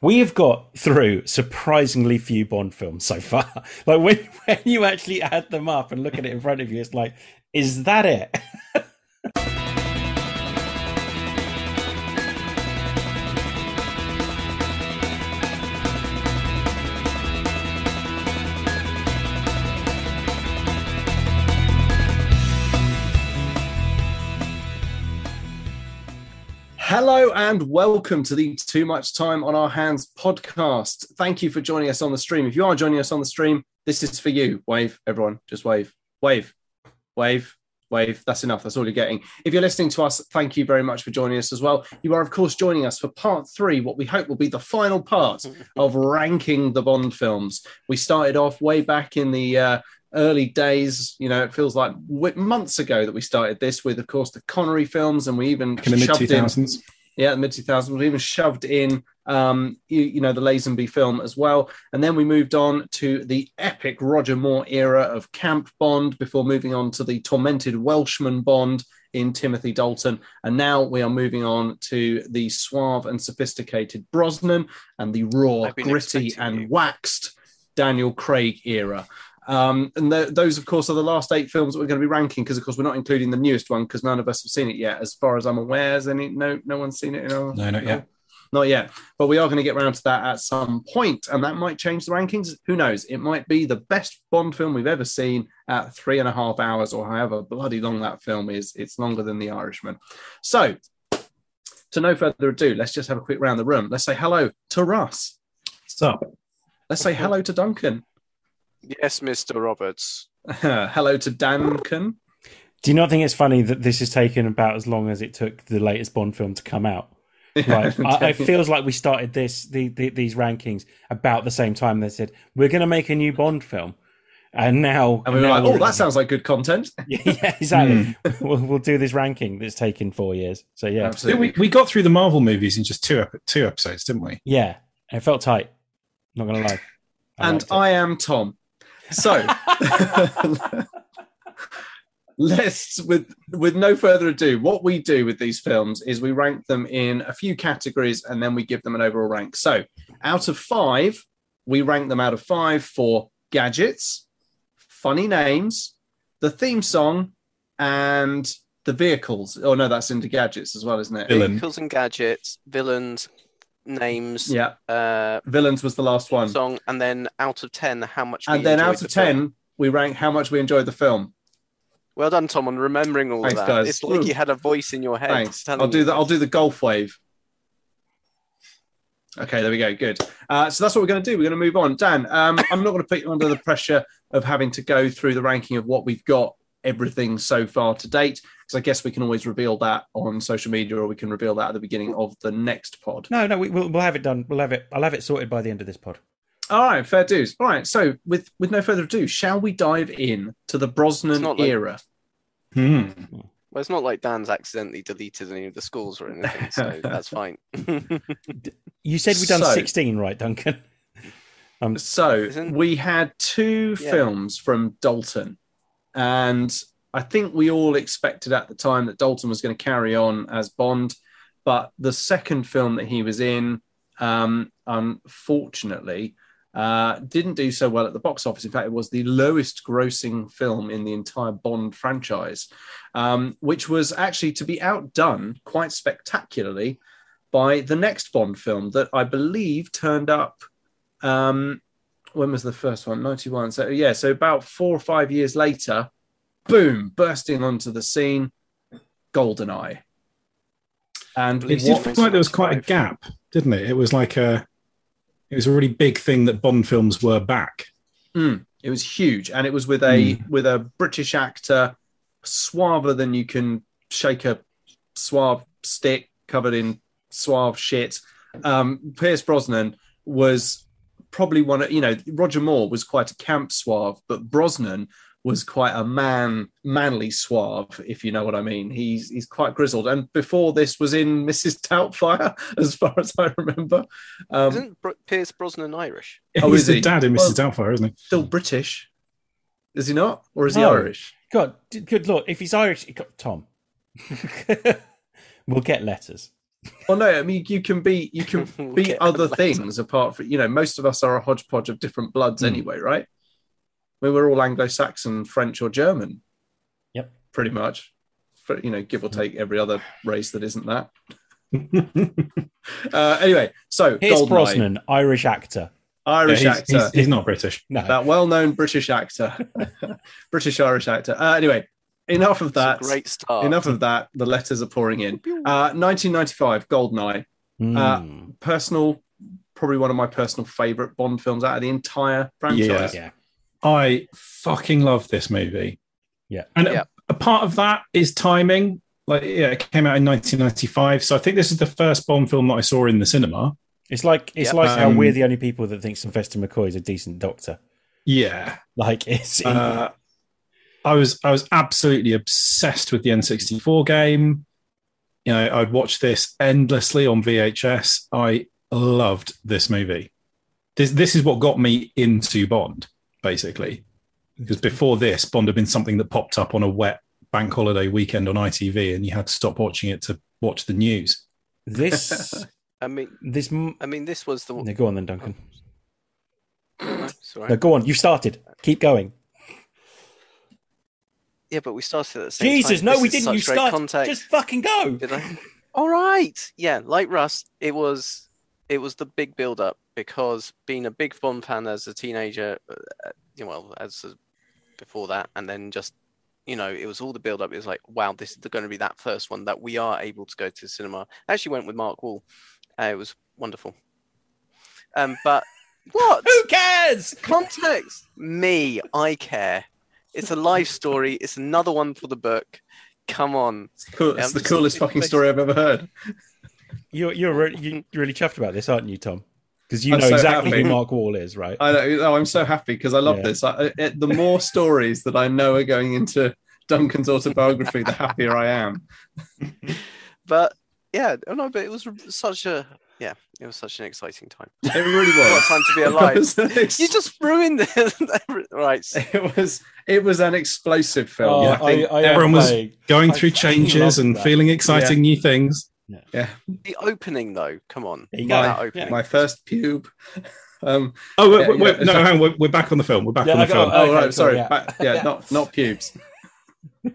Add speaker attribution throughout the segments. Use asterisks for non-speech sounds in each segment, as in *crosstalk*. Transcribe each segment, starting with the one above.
Speaker 1: we have got through surprisingly few Bond films so far. *laughs* Like when when you actually add them up and look at it in front of you, it's like, is that it? *laughs*
Speaker 2: Hello and welcome to the Too Much Time on Our Hands podcast. Thank you for joining us on the stream. If you are joining us on the stream, this is for you. Wave, everyone. Just wave, wave, wave, wave. That's enough. That's all you're getting. If you're listening to us, thank you very much for joining us as well. You are, of course, joining us for part three, what we hope will be the final part of ranking the Bond films. We started off way back in the uh, early days. You know, it feels like w- months ago that we started this with, of course, the Connery films, and we even
Speaker 3: Back in the mid
Speaker 2: shoved in
Speaker 3: 2000s.
Speaker 2: yeah, the mid 2000s. We even shoved in, um, you, you know, the Lazenby film as well. And then we moved on to the epic Roger Moore era of Camp Bond before moving on to the tormented Welshman Bond in Timothy Dalton. And now we are moving on to the suave and sophisticated Brosnan and the raw,
Speaker 4: I've been
Speaker 2: gritty,
Speaker 4: expecting
Speaker 2: and
Speaker 4: you.
Speaker 2: waxed Daniel Craig era. Um, and th- those, of course, are the last eight films that we're going to be ranking because, of course, we're not including the newest one because none of us have seen it yet. As far as I'm aware, has any no no one's seen it in our
Speaker 3: No, not yet.
Speaker 2: not yet. But we are going to get round to that at some point, and that might change the rankings. Who knows? It might be the best Bond film we've ever seen at three and a half hours, or however bloody long that film is. It's longer than The Irishman. So, to no further ado, let's just have a quick round the room. Let's say hello to Russ.
Speaker 3: Sup?
Speaker 2: Let's say hello to Duncan. *laughs*
Speaker 4: Yes, Mr. Roberts.
Speaker 2: hello to Duncan.
Speaker 1: Do you not think it's funny that this has taken about as long as it took the latest Bond film to come out?
Speaker 2: *laughs*
Speaker 1: Like, I, it feels like we started this the, the, these rankings about the same time they said we're going to make a new Bond film, and now
Speaker 2: And we were
Speaker 1: now
Speaker 2: like, oh, that sounds like good content.
Speaker 1: *laughs* yeah, exactly. we'll, we'll do this ranking that's taken four years. So yeah,
Speaker 3: Didn't We,
Speaker 2: Absolutely.
Speaker 3: we got through the Marvel movies in just two ep- two episodes, didn't we?
Speaker 1: yeah, it felt tight. Not gonna lie. I
Speaker 2: and
Speaker 1: liked it.
Speaker 2: I am Tom.
Speaker 1: *laughs*
Speaker 2: So let's with with no further ado, what we do with these films is we rank them in a few categories and then we give them an overall rank. So out of five, we rank them out of five for gadgets, funny names, the theme song, and the vehicles. Oh no, that's into gadgets as well, isn't it?
Speaker 3: Villain.
Speaker 4: Vehicles and gadgets, villains, names,
Speaker 2: Yeah.
Speaker 4: uh,
Speaker 2: Villains was the last one.
Speaker 4: song, and then out of ten, how much? we
Speaker 2: and then
Speaker 4: enjoyed
Speaker 2: out
Speaker 4: the
Speaker 2: of ten,
Speaker 4: film.
Speaker 2: we rank how much we enjoyed the film.
Speaker 4: Well done, Tom, on remembering all
Speaker 2: Thanks,
Speaker 4: that.
Speaker 2: guys.
Speaker 4: It's like you had a voice in your head.
Speaker 2: Thanks.
Speaker 4: telling
Speaker 2: I'll do
Speaker 4: you.
Speaker 2: that. I'll do the golf wave. Okay, there we go. Good. Uh, so that's what we're going to do. We're going to move on. Dan, um, I'm not going to put you under the pressure of having to go through the ranking of what we've got, everything so far to date, because I guess we can always reveal that on social media or we can reveal that at the beginning of the next pod.
Speaker 1: no, no, we, we'll we'll have it done. We'll have it. I'll have it sorted by the end of this pod.
Speaker 2: All right, fair dues. All right. So with with no further ado, shall we dive in to the Brosnan
Speaker 4: It's not like-
Speaker 2: era?
Speaker 3: Hmm.
Speaker 4: Well, it's not like Dan's accidentally deleted any of the schools or
Speaker 2: *laughs*
Speaker 4: anything, so that's fine. *laughs*
Speaker 2: Um,
Speaker 1: You said we've done
Speaker 2: So-
Speaker 1: sixteen, right, Duncan? *laughs*
Speaker 2: Um, So
Speaker 4: Isn't-
Speaker 2: we had two
Speaker 4: Yeah.
Speaker 2: films from Dalton, and I think we all expected at the time that Dalton was going to carry on as Bond, but the second film that he was in, um, unfortunately, uh, didn't do so well at the box office. In fact, it was the lowest grossing film in the entire Bond franchise, um, which was actually to be outdone quite spectacularly by the next Bond film that I believe turned up. Um, when was the first one? 91. So, yeah, so about four or five years later, boom, bursting onto the scene, Goldeneye. And
Speaker 3: It did
Speaker 2: what-
Speaker 3: feel like there was quite a gap, didn't it? It was like a, it was a really big thing that Bond films were back.
Speaker 2: Mm, it was huge, and it was with a with a British actor, suaver than you can shake a suave stick, covered in suave shit. Um, Pierce Brosnan was probably one of you know Roger Moore was quite a camp suave, but Brosnan was quite a man manly suave, if you know what I mean. He's he's quite grizzled, and before this was in Mrs. Doubtfire, *laughs* as far as I remember. Um,
Speaker 4: Isn't Bro- Pierce Brosnan Irish?
Speaker 2: Oh,
Speaker 3: He's
Speaker 2: is
Speaker 3: the
Speaker 2: he?
Speaker 3: dad in Mrs. Doubtfire, isn't he?
Speaker 2: still British, is he not, or is he
Speaker 1: No.
Speaker 2: Irish?
Speaker 1: *laughs* God, d- good lord! If he's Irish, God, Tom, we'll get letters.
Speaker 2: Well, no, I mean you can be you can
Speaker 4: We'll
Speaker 2: be
Speaker 4: get
Speaker 2: other
Speaker 4: that later.
Speaker 2: things apart from you know most of us are a hodgepodge of different bloods
Speaker 1: Hmm.
Speaker 2: anyway, right? We were all Anglo-Saxon, French, or German.
Speaker 1: Yep.
Speaker 2: pretty much. For, you know, give or take every other race that isn't that. Uh, anyway, so
Speaker 1: Here's
Speaker 2: Goldeneye,
Speaker 1: Brosnan, Irish actor.
Speaker 3: Yeah,
Speaker 2: Irish
Speaker 3: he's,
Speaker 2: actor,
Speaker 3: he's- he's not British.
Speaker 1: No,
Speaker 2: that well-known British actor, *laughs* British Irish actor. Uh, anyway, enough of
Speaker 4: It's a
Speaker 2: that.
Speaker 4: great start.
Speaker 2: Enough of that. The letters are pouring in. Uh, 1995, Goldeneye. uh,
Speaker 1: Mm.
Speaker 2: Personal, probably one of my personal favorite Bond films out of the entire franchise.
Speaker 1: yeah,
Speaker 3: I fucking love this movie.
Speaker 1: Yeah.
Speaker 3: And
Speaker 4: Yeah.
Speaker 3: A, a part of that is timing. Like, yeah, it came out in 1995. So I think this is the first Bond film that I saw in the cinema.
Speaker 1: it's like it's
Speaker 4: Yep.
Speaker 1: like how
Speaker 3: Um,
Speaker 1: we're the only people that think Sylvester McCoy is a decent doctor.
Speaker 3: Yeah.
Speaker 1: Like *laughs* it's
Speaker 3: Uh, I was I was absolutely obsessed with the N64 game. You know, I'd watch this endlessly on VHS. I loved this movie. This this is what got me into Bond, basically. Because before this, Bond had been something that popped up on a wet bank holiday weekend on ITV, and you had to stop watching it to watch the news.
Speaker 2: *laughs*
Speaker 1: this
Speaker 4: I mean,
Speaker 1: this. m-
Speaker 4: I mean, this
Speaker 2: Oh.
Speaker 4: was the.
Speaker 1: No, go on then, Duncan.
Speaker 4: No,
Speaker 1: No,
Speaker 4: sorry.
Speaker 1: go on. You've started. Keep going.
Speaker 4: Yeah, but we started at the same
Speaker 1: Jesus,
Speaker 4: time.
Speaker 1: no,
Speaker 4: This
Speaker 1: we
Speaker 4: is
Speaker 1: didn't.
Speaker 4: such
Speaker 1: You
Speaker 4: great
Speaker 1: started.
Speaker 4: context.
Speaker 1: Just fucking go.
Speaker 4: Did I? *laughs* All right. Yeah, like Rust, it was it was the big build up because being a big Bond fan as a teenager, uh, you know, well, as a, before that, and then just you know, it was all the build up. It was like, wow, this is going to be that first one that we are able to go to the cinema. I actually went with Mark Wall. Uh, it was wonderful. Um, *laughs* but what?
Speaker 1: Who cares?
Speaker 4: context. Me, I care. It's a life story. It's another one for the book. Come on.
Speaker 2: It's, cool.
Speaker 4: Yeah,
Speaker 2: it's
Speaker 4: I'm
Speaker 2: the
Speaker 4: just-
Speaker 2: coolest fucking story I've ever heard.
Speaker 1: You're you're really, you you're really chuffed about this, aren't you, Tom? Because you
Speaker 2: I'm
Speaker 1: know
Speaker 2: so
Speaker 1: exactly
Speaker 2: happy.
Speaker 1: who Mark Wall is, right?
Speaker 2: I know. Oh, I'm so happy because I love
Speaker 1: Yeah.
Speaker 2: this. I, it, the more stories that I know are going into Duncan's autobiography, the happier I am.
Speaker 4: But yeah, oh no, but it was such a yeah, it was such an exciting time.
Speaker 2: It really
Speaker 4: What a
Speaker 2: was.
Speaker 4: time to
Speaker 2: *laughs*
Speaker 4: be
Speaker 2: It
Speaker 4: alive.
Speaker 2: was an ex-
Speaker 4: *laughs* You just ruined *laughs* it. right.
Speaker 2: it was it was an explosive film.
Speaker 1: Oh,
Speaker 2: I think
Speaker 1: I
Speaker 3: everyone
Speaker 1: am
Speaker 3: was-
Speaker 1: like-
Speaker 3: Going
Speaker 1: I
Speaker 3: through
Speaker 1: fucking
Speaker 3: changes
Speaker 1: love
Speaker 3: and
Speaker 1: that.
Speaker 3: feeling exciting new things.
Speaker 4: The opening though, come on.
Speaker 1: There you
Speaker 2: My-
Speaker 1: go.
Speaker 4: That opening.
Speaker 2: my first pube. *laughs* Um,
Speaker 3: Oh, wait,
Speaker 2: Yeah,
Speaker 3: wait, wait,
Speaker 2: yeah.
Speaker 3: no, hang on, we're, we're back on the film. We're back
Speaker 1: Yeah,
Speaker 3: on the
Speaker 1: I got-
Speaker 3: film.
Speaker 2: oh,
Speaker 1: Okay,
Speaker 2: right,
Speaker 1: cool,
Speaker 2: sorry,
Speaker 1: yeah.
Speaker 2: back-
Speaker 1: *laughs*
Speaker 2: yeah,
Speaker 1: Yeah.
Speaker 2: not not pubes. *laughs*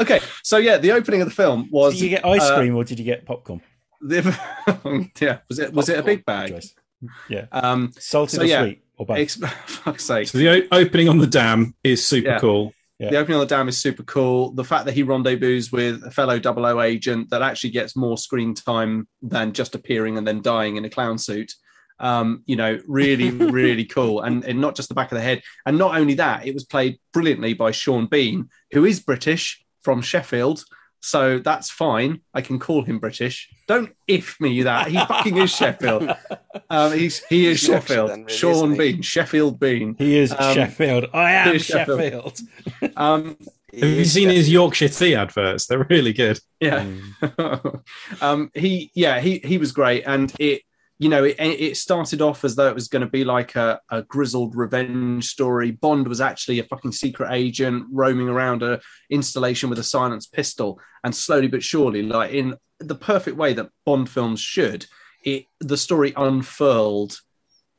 Speaker 2: okay, so yeah, the opening of the film was
Speaker 1: Did you get ice
Speaker 2: uh,
Speaker 1: cream or did you get popcorn?
Speaker 2: the, *laughs* yeah, was it was it a big bag?
Speaker 1: Joyce?
Speaker 2: Um,
Speaker 1: Salted
Speaker 2: So,
Speaker 1: or
Speaker 2: yeah.
Speaker 1: sweet or both?
Speaker 2: ex- *laughs* fuck's sake.
Speaker 3: So the o- opening on the dam is super
Speaker 2: Yeah.
Speaker 3: cool.
Speaker 2: The opening of the dam is super cool. The fact that he rendezvous with a fellow 00 agent that actually gets more screen time than just appearing and then dying in a clown suit. Um, you know, really, really cool. And, and not just the back of the head. And not only that, it was played brilliantly by Sean Bean, who is British from Sheffield. So that's fine. I can call him British. Don't if me that. He
Speaker 1: *laughs*
Speaker 2: fucking is Sheffield. Um, he's, he is
Speaker 4: He's Yorkshire
Speaker 2: Sheffield.
Speaker 4: then, really,
Speaker 2: Sean
Speaker 4: isn't he?
Speaker 2: Bean, Sheffield Bean.
Speaker 1: He is
Speaker 2: Um,
Speaker 1: Sheffield. I
Speaker 2: he
Speaker 1: am
Speaker 2: is Sheffield. *laughs*
Speaker 1: Sheffield.
Speaker 2: Um,
Speaker 3: Have you seen his Yorkshire Tea adverts? They're really good.
Speaker 2: yeah.
Speaker 1: Mm.
Speaker 2: *laughs* um, he yeah he he was great and it you know it, it started off as though it was going to be like a, a grizzled revenge story bond was actually a fucking secret agent roaming around a installation with a silenced pistol and slowly but surely like in the perfect way that bond films should it the story unfurled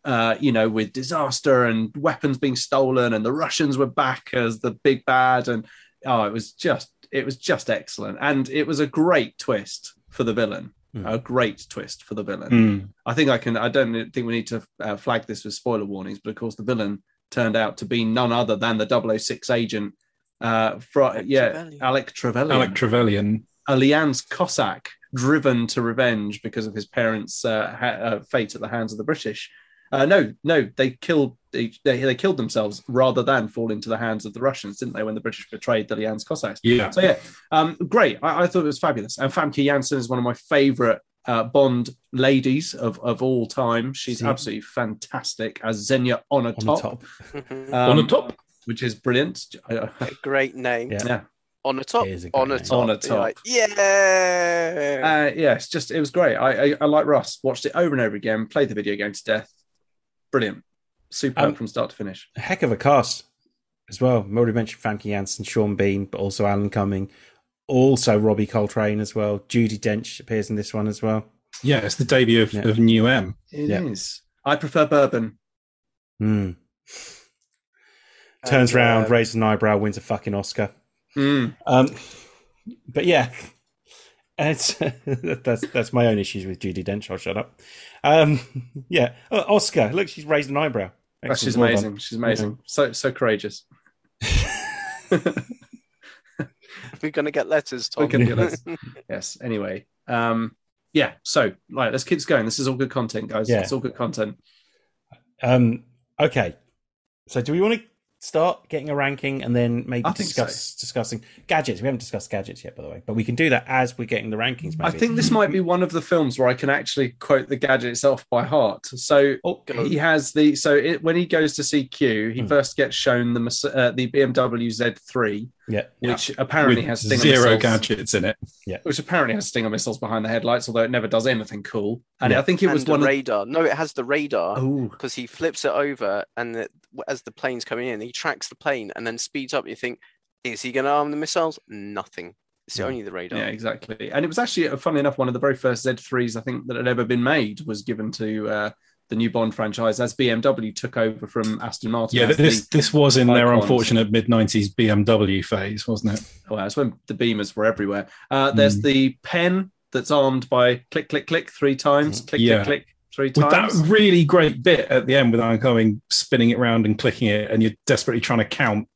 Speaker 2: uh, you know, with disaster and weapons being stolen, and the Russians were back as the big bad, and oh, it was just it was just excellent, and it was a great twist for the villain,
Speaker 1: Mm.
Speaker 2: a great twist for the villain.
Speaker 3: Hmm.
Speaker 2: I think I can. I don't think we need to uh, flag this with spoiler warnings, but of course, the villain turned out to be none other than the 006 agent. Uh, fro-
Speaker 4: Alec
Speaker 2: yeah,
Speaker 4: Trevelyan.
Speaker 2: Alec Trevelyan,
Speaker 3: Alec Trevelyan.
Speaker 2: a Leanne's Cossack driven to revenge because of his parents' uh, ha- uh, fate at the hands of the British. Uh, no, no, they killed they, they they killed themselves rather than fall into the hands of the Russians, didn't they? When the British betrayed the Leanne's Cossacks.
Speaker 3: Yeah.
Speaker 2: So yeah, um, great. I, I thought it was fabulous. And Famke Janssen is one of my favourite uh, Bond ladies of, of all time. She's
Speaker 1: See.
Speaker 2: absolutely fantastic as Xenia on a
Speaker 1: On
Speaker 2: top,
Speaker 1: the top.
Speaker 4: *laughs* his
Speaker 2: um,
Speaker 3: on the top.
Speaker 2: which is brilliant. Uh,
Speaker 4: great name?
Speaker 1: Yeah.
Speaker 2: yeah,
Speaker 4: On the top.
Speaker 1: It is a great
Speaker 4: On the
Speaker 1: name.
Speaker 4: top.
Speaker 2: On the top.
Speaker 4: Yeah.
Speaker 2: uh, yeah, it's just it was great. I, I I like Russ. Watched it over and over again. Played the video game to death. Brilliant, superb
Speaker 1: Um,
Speaker 2: from start to finish.
Speaker 1: A heck of a cast as well. We already mentioned Frankie Janssen, Sean Bean, but also Alan Cumming, also Robbie Coltrane as well. Judy Dench appears in this one as well.
Speaker 3: Yeah, it's the debut of,
Speaker 1: Yeah.
Speaker 3: of New M.
Speaker 2: It is.
Speaker 1: Yeah.
Speaker 2: I prefer bourbon.
Speaker 1: Hmm. Turns
Speaker 2: And,
Speaker 1: round,
Speaker 2: uh,
Speaker 1: raises an eyebrow, wins a fucking Oscar.
Speaker 2: Mm.
Speaker 1: Um, but yeah, it's, *laughs* that's that's my own issues with Judy Dench. I'll shut up. Um, yeah, oh, Oscar. Look, she's raised an eyebrow.
Speaker 2: Oh, she's
Speaker 1: Excellent. Well done.
Speaker 2: amazing. She's amazing. So so courageous. Ah.
Speaker 4: We're gonna get letters, Tom.
Speaker 2: We're
Speaker 1: *laughs*
Speaker 2: gonna get letters. yes. Anyway, um, yeah. So like, let's keep this going. This is all good content, guys.
Speaker 1: Yeah.
Speaker 2: It's all good content.
Speaker 1: Um, okay. So, do we want to start getting a ranking and then maybe
Speaker 2: I think
Speaker 1: discuss discussing gadgets? We haven't discussed gadgets yet, by the way, but we can do that as we're getting the rankings. Maybe.
Speaker 2: I think this might be one of the films where I can actually quote the gadget itself by heart. So
Speaker 1: Oh,
Speaker 2: he has the so it, when he goes to see Q, he
Speaker 1: Hmm.
Speaker 2: first gets shown the Mas- uh, the BMW Z3,
Speaker 1: yeah.
Speaker 2: which apparently
Speaker 3: with
Speaker 2: has stinger
Speaker 3: zero
Speaker 2: missiles,
Speaker 3: gadgets in it.
Speaker 2: which apparently has stinger missiles behind the headlights, although it never does anything cool. And
Speaker 1: Yeah.
Speaker 2: I think it was
Speaker 4: and the
Speaker 2: one of
Speaker 4: radar. No, it has the radar
Speaker 2: oh
Speaker 4: because he flips it over, and the, as the plane's coming in, he tracks the plane and then speeds up. You think, is he gonna arm the missiles? Nothing. It's
Speaker 1: Yeah.
Speaker 4: only the radar.
Speaker 2: yeah exactly. And it was actually, uh, funnily enough, one of the very first Z3s I think that had ever been made was given to uh, the new Bond franchise as BMW took over from Aston Martin.
Speaker 3: Yeah,
Speaker 2: as
Speaker 3: this
Speaker 2: the-
Speaker 3: this was in their
Speaker 2: icons.
Speaker 3: unfortunate mid '90s BMW phase, wasn't it?
Speaker 2: well, that's when the beamers were everywhere. Uh, there's the pen that's armed by click click click three times, click
Speaker 3: Yeah.
Speaker 2: click click three
Speaker 3: With
Speaker 2: times.
Speaker 3: that really great bit at the end with Iron Coming spinning it round and clicking it, and you're desperately trying to count.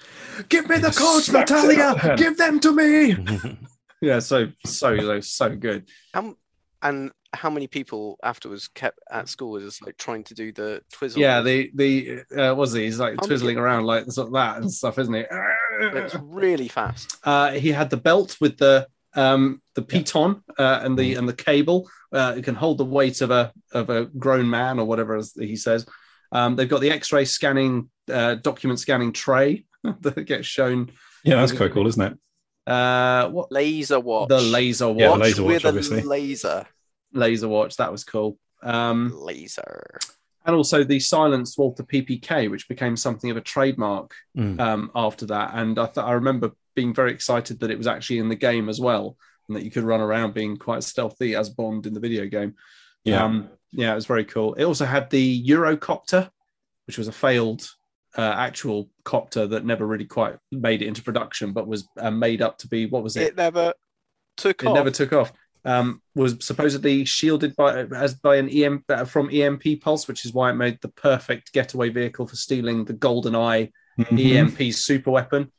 Speaker 2: *laughs* Give me the
Speaker 3: Just
Speaker 2: codes,
Speaker 3: smacked it out of
Speaker 2: Natalia.
Speaker 3: her.
Speaker 2: Give them to me.
Speaker 1: Mm.
Speaker 2: Yeah, so so so so good.
Speaker 4: How, and how many people afterwards kept at school was just like trying to do the twizzle?
Speaker 2: Yeah, the the uh, was he? He's like
Speaker 4: Oh,
Speaker 2: twizzling around like sort of that and stuff, isn't he?
Speaker 4: it's really fast.
Speaker 2: Uh, he had the belt with the um the piton uh, and the and the cable. Uh, it can hold the weight of a of a grown man or whatever as he says. Um, they've got the X-ray scanning uh, document scanning tray *laughs* that gets shown.
Speaker 3: Yeah, that's quite cool, isn't it?
Speaker 2: Uh, what
Speaker 4: Laser watch.
Speaker 2: the laser watch?
Speaker 3: Yeah, the laser watch,
Speaker 4: with
Speaker 3: obviously.
Speaker 4: a laser.
Speaker 2: laser watch that was cool. Um,
Speaker 4: Laser.
Speaker 2: and also the silenced Walther PPK, which became something of a trademark um, after that. And I, th- I remember being very excited that it was actually in the game as well, and that you could run around being quite stealthy as Bond in the video game.
Speaker 3: Yeah,
Speaker 2: um, yeah, it was very cool. It also had the Eurocopter, which was a failed uh, actual copter that never really quite made it into production, but was uh, made up to be what was it?
Speaker 4: It never took
Speaker 2: It,
Speaker 4: off.
Speaker 2: never took off. Um, was supposedly shielded by as by an EM uh, from EMP pulse, which is why it made the perfect getaway vehicle for stealing the Golden Eye
Speaker 3: Mhm.
Speaker 2: EMP super weapon.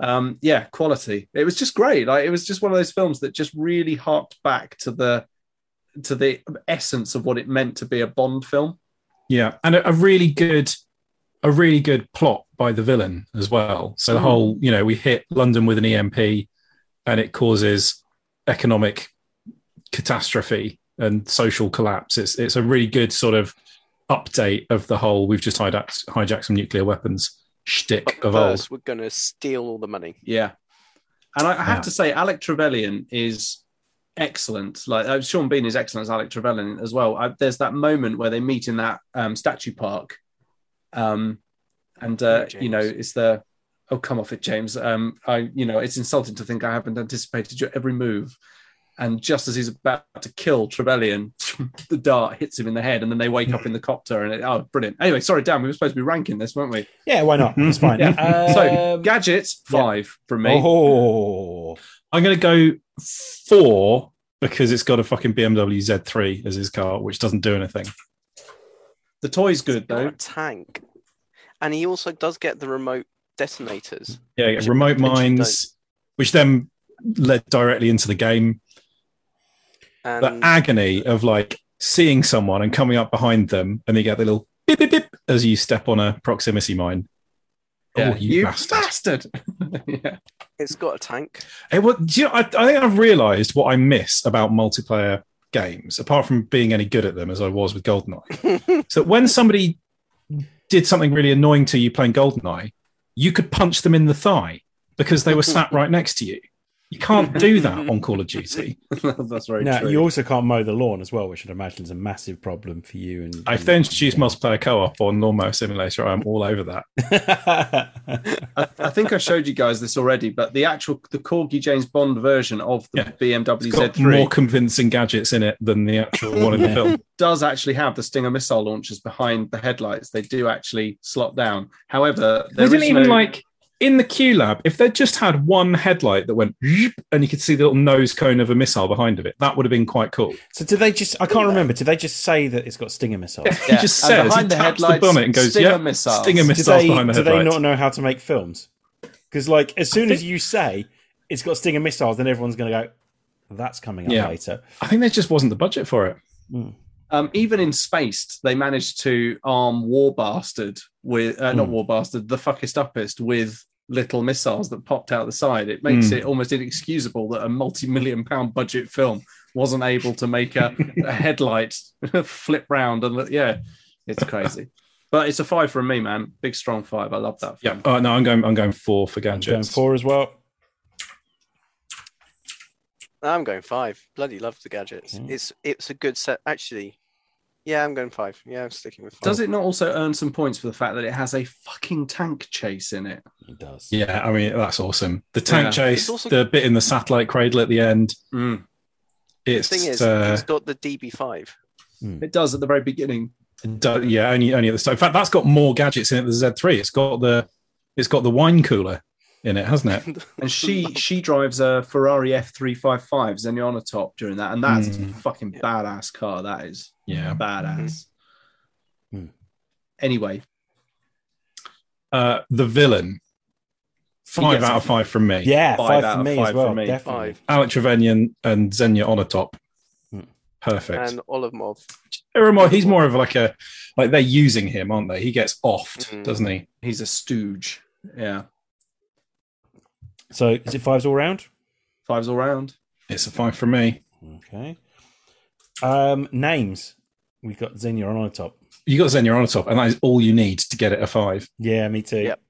Speaker 2: Um, yeah, quality. It was just great. Like it was just one of those films that just really harked back to the to the essence of what it meant to be a Bond film.
Speaker 3: yeah, and a, a really good, a really good plot by the villain as well. So
Speaker 4: Hmm.
Speaker 3: the
Speaker 2: Mm.
Speaker 3: whole, you know, we hit London with an EMP, and it causes economic catastrophe and social collapse. It's it's a really good sort of update of the whole. We've just hijacked hijacked some nuclear weapons shtick
Speaker 4: But
Speaker 3: of old.
Speaker 4: first, we're gonna steal all the money.
Speaker 2: Yeah, and I, I have
Speaker 3: Yeah.
Speaker 2: to say, Alec Trevelyan is excellent. Like uh, Sean Bean is excellent as Alec Trevelyan as well. I, there's that moment where they meet in that um, statue park, um, and uh,
Speaker 4: Yeah,
Speaker 2: you know
Speaker 4: James.
Speaker 2: it's the oh come off it, James. Um, I you know it's insulting to think I haven't anticipated your every move. And just as he's about to kill Trevelyan, *laughs* the dart hits him in the head, and then they wake up in the copter. And it, oh, brilliant! Anyway, sorry, Dan, we were supposed to be ranking this, weren't we?
Speaker 1: Yeah, why not? It's fine.
Speaker 2: *laughs* Yeah. so
Speaker 1: Um,
Speaker 2: gadgets
Speaker 1: yeah.
Speaker 2: five from me.
Speaker 1: oh,
Speaker 3: I'm going to go four because it's got a fucking BMW Z3 as his car, which doesn't do anything.
Speaker 2: The toy's good
Speaker 4: Got
Speaker 2: though.
Speaker 4: a tank. And he also does get the remote detonators.
Speaker 3: Yeah,
Speaker 4: Which-
Speaker 3: remote
Speaker 4: which you
Speaker 3: mines, which then led directly into the game.
Speaker 4: And
Speaker 3: The agony of like seeing someone and coming up behind them, and they get the little bip bip bip as you step on a proximity mine.
Speaker 2: Yeah.
Speaker 3: Oh, you, bastard!
Speaker 2: bastard. *laughs* yeah.
Speaker 4: it's got a tank.
Speaker 3: It was, do you know, I, I think I've realised what I miss about multiplayer games, apart from being any good at them as I was with Goldeneye. so when somebody did something really annoying to you playing Goldeneye, you could punch them in the thigh because they were sat right next to you. You can't do that on Call of Duty.
Speaker 2: That's very
Speaker 1: Now,
Speaker 2: true.
Speaker 1: you also can't mow the lawn as well, which I'd imagine is a massive problem for you. And
Speaker 3: If they introduce multiplayer co-op on Lawnmower Simulator, I'm all over that.
Speaker 2: I, I think I showed you guys this already, but the actual the Corgi James Bond version of the
Speaker 3: Yeah.
Speaker 2: BMW
Speaker 3: It's got
Speaker 2: Z3
Speaker 3: more convincing gadgets in it than the actual one in
Speaker 1: *laughs*
Speaker 3: the
Speaker 1: Yeah.
Speaker 3: film.
Speaker 2: does actually have the Stinger missile launchers behind the headlights. They do actually slot down. However,
Speaker 3: They
Speaker 2: there
Speaker 3: didn't
Speaker 2: is
Speaker 3: even
Speaker 2: no-
Speaker 3: like in the Q lab. If they just had one headlight that went, zhup, and you could see the little nose cone of a missile behind of it, that would have been quite cool.
Speaker 1: *laughs* so did they just? I can't remember. Did they just say that it's got stinger
Speaker 3: *laughs*
Speaker 1: missiles?
Speaker 3: He just
Speaker 2: and
Speaker 3: says he taps the bonnet and goes,
Speaker 2: Stinger
Speaker 3: "Yeah,
Speaker 2: missiles.
Speaker 3: stinger
Speaker 1: do
Speaker 3: missiles
Speaker 1: they,
Speaker 3: behind the
Speaker 1: do they
Speaker 3: headlights."
Speaker 1: not know how to make films? Because like as soon as
Speaker 3: think-
Speaker 1: you say it's got Stinger missiles, then everyone's going to go, "That's coming up
Speaker 3: Yeah.
Speaker 1: later."
Speaker 3: I think there just wasn't the budget for it.
Speaker 2: Um, even in Spaced, they managed to arm War Bastard with uh, not War Bastard, the fuckest uppest with little missiles that popped out the side. It makes
Speaker 3: Mm.
Speaker 2: it almost inexcusable that a multi-million pound budget film wasn't able to make a, a headlight *laughs* flip round and look, yeah, it's crazy. but it's a five from me, man. Big strong five. I love that.
Speaker 3: Yeah.
Speaker 2: Film.
Speaker 3: Oh no, I'm going. I'm going four for
Speaker 1: I'm going
Speaker 3: gadgets.
Speaker 1: four as well.
Speaker 4: I'm going five. Bloody love the gadgets.
Speaker 1: Okay.
Speaker 4: It's it's a good set actually. Yeah, I'm going five. Yeah, I'm sticking with five.
Speaker 2: Does it not also earn some points for the fact that it has a fucking tank chase in it?
Speaker 1: It does.
Speaker 3: Yeah, I mean that's awesome. The tank
Speaker 2: Yeah.
Speaker 3: chase,
Speaker 4: It's also-
Speaker 3: the bit in the satellite cradle at the end.
Speaker 2: Mm.
Speaker 4: The
Speaker 3: It's
Speaker 4: thing is,
Speaker 3: uh,
Speaker 4: it's got the DB5.
Speaker 2: It does at the very beginning.
Speaker 3: do- yeah, only only at the start. In fact, that's got more gadgets in it than the Z3. It's got the it's got the wine cooler in it, hasn't
Speaker 4: *laughs*
Speaker 3: it?
Speaker 2: and she she drives a Ferrari F355 Zenona top during that, and that's
Speaker 3: Mm.
Speaker 2: a fucking
Speaker 4: Yeah.
Speaker 2: badass car. That is
Speaker 3: Yeah. Mm-hmm.
Speaker 2: badass.
Speaker 1: Mm.
Speaker 2: Anyway,
Speaker 3: Uh, the villain. Five
Speaker 2: Yes, I
Speaker 3: out of
Speaker 2: think-
Speaker 3: five from me.
Speaker 1: Yeah,
Speaker 2: Five
Speaker 1: five,
Speaker 2: out
Speaker 1: for
Speaker 2: of
Speaker 1: me
Speaker 2: five
Speaker 1: as well.
Speaker 2: for me.
Speaker 1: Definitely.
Speaker 4: five
Speaker 3: Alec Trevenian and Xenia on a top.
Speaker 1: Hmm.
Speaker 3: Perfect.
Speaker 4: and Olimov.
Speaker 3: They're more- he's more of like a like they're using him, aren't they? He gets offed,
Speaker 4: Mhm.
Speaker 3: doesn't he?
Speaker 2: he's a stooge. Yeah,
Speaker 1: So is it fives all round?
Speaker 2: fives all round.
Speaker 3: It's a five from me.
Speaker 1: Okay. Um, names. We got Xenia on the top.
Speaker 3: You got Xenia on a top, and that is all you need to get it a five.
Speaker 1: Yeah, me too.
Speaker 4: Yep.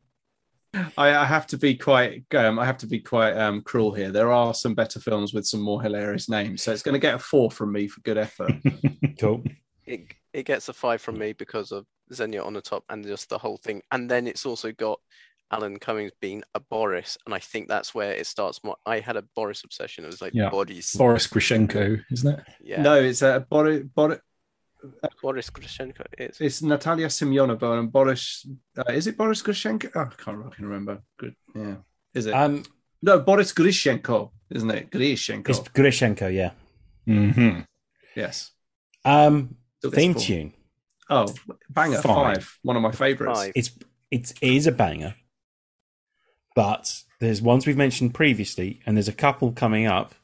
Speaker 2: I, I have to be quite um, I have to be quite um, cruel here. There are some better films with some more hilarious names, so it's going to get a four from me for good effort.
Speaker 1: *laughs* Cool.
Speaker 4: It it gets a five from me because of Xenia on the top and just the whole thing. And then it's also got Alan Cummings being a Boris, and I think that's where it starts. More, I had a Boris obsession. It was like
Speaker 3: Yeah.
Speaker 4: bodies.
Speaker 3: Boris Grishenko, isn't it?
Speaker 4: *laughs* yeah,
Speaker 2: No, it's uh, a Boris, Boris,
Speaker 4: Boris Grushenko is.
Speaker 2: it's Natalia Semyonova and Boris. Uh, is it Boris Grushenko? Oh, I can't fucking remember. Good, yeah, is it?
Speaker 1: Um,
Speaker 2: No, Boris Grishenko, isn't it? Grishenko.
Speaker 1: it's Grishenko. Yeah.
Speaker 3: Mm-hmm.
Speaker 2: yes.
Speaker 1: Um,
Speaker 2: So it's
Speaker 1: theme
Speaker 2: four.
Speaker 1: tune.
Speaker 2: Oh, banger.
Speaker 3: Five.
Speaker 2: Five. One of my favorites.
Speaker 4: Five.
Speaker 1: It's it's it is a banger, but there's ones we've mentioned previously, and there's a couple coming up.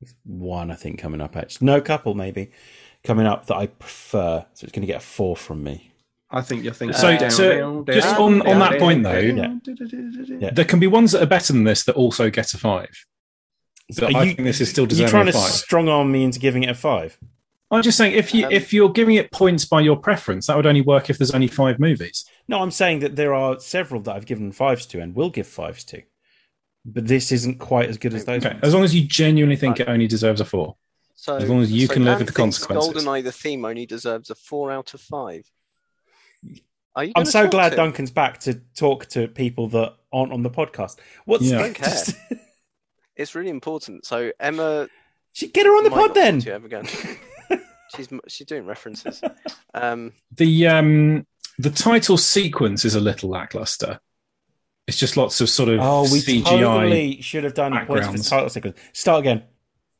Speaker 1: There's One I think coming up actually. No couple maybe coming up that I prefer. So it's going to get a four from me.
Speaker 2: I think you're thinking.
Speaker 3: So,
Speaker 2: down,
Speaker 3: so,
Speaker 2: down,
Speaker 3: just
Speaker 2: down,
Speaker 3: on- on
Speaker 2: down,
Speaker 3: that
Speaker 2: down,
Speaker 3: point, though-
Speaker 2: down, down.
Speaker 1: Yeah.
Speaker 3: There can be ones that are better than this that also get a five. But
Speaker 1: Are
Speaker 3: I
Speaker 1: you,
Speaker 3: think this is still
Speaker 1: you
Speaker 3: deserving
Speaker 1: trying to
Speaker 3: of five.
Speaker 1: strong arm me into giving it a five?
Speaker 3: I'm just saying if you
Speaker 4: Um,
Speaker 3: if you're giving it points by your preference, that would only work if there's only five movies.
Speaker 1: No, I'm saying that there are several that I've given fives to and will give fives to, but this isn't quite as good as those.
Speaker 3: Okay.
Speaker 1: ones.
Speaker 3: As long as you genuinely think it only deserves a four.
Speaker 4: So
Speaker 3: As long as you
Speaker 4: so
Speaker 3: can live
Speaker 4: Dan
Speaker 3: with the
Speaker 4: thinks
Speaker 3: consequences.
Speaker 4: GoldenEye, the theme, only deserves a four out of five. Are you
Speaker 1: I'm
Speaker 4: gonna
Speaker 1: so
Speaker 4: talk
Speaker 1: glad
Speaker 4: to him?
Speaker 1: Duncan's back to talk to people that aren't on the podcast. What's
Speaker 3: Yeah.
Speaker 4: Don't care. It's really important. So Emma
Speaker 1: *laughs* She get her on the
Speaker 4: might
Speaker 1: pod
Speaker 4: not
Speaker 1: then.
Speaker 4: want to ever again. she's she's doing references. Um,
Speaker 3: The um the title sequence is a little lackluster. It's just lots of sort of
Speaker 1: Oh, we
Speaker 3: CGI.
Speaker 1: totally should have done points for the
Speaker 3: backgrounds.
Speaker 1: title sequence. Start again.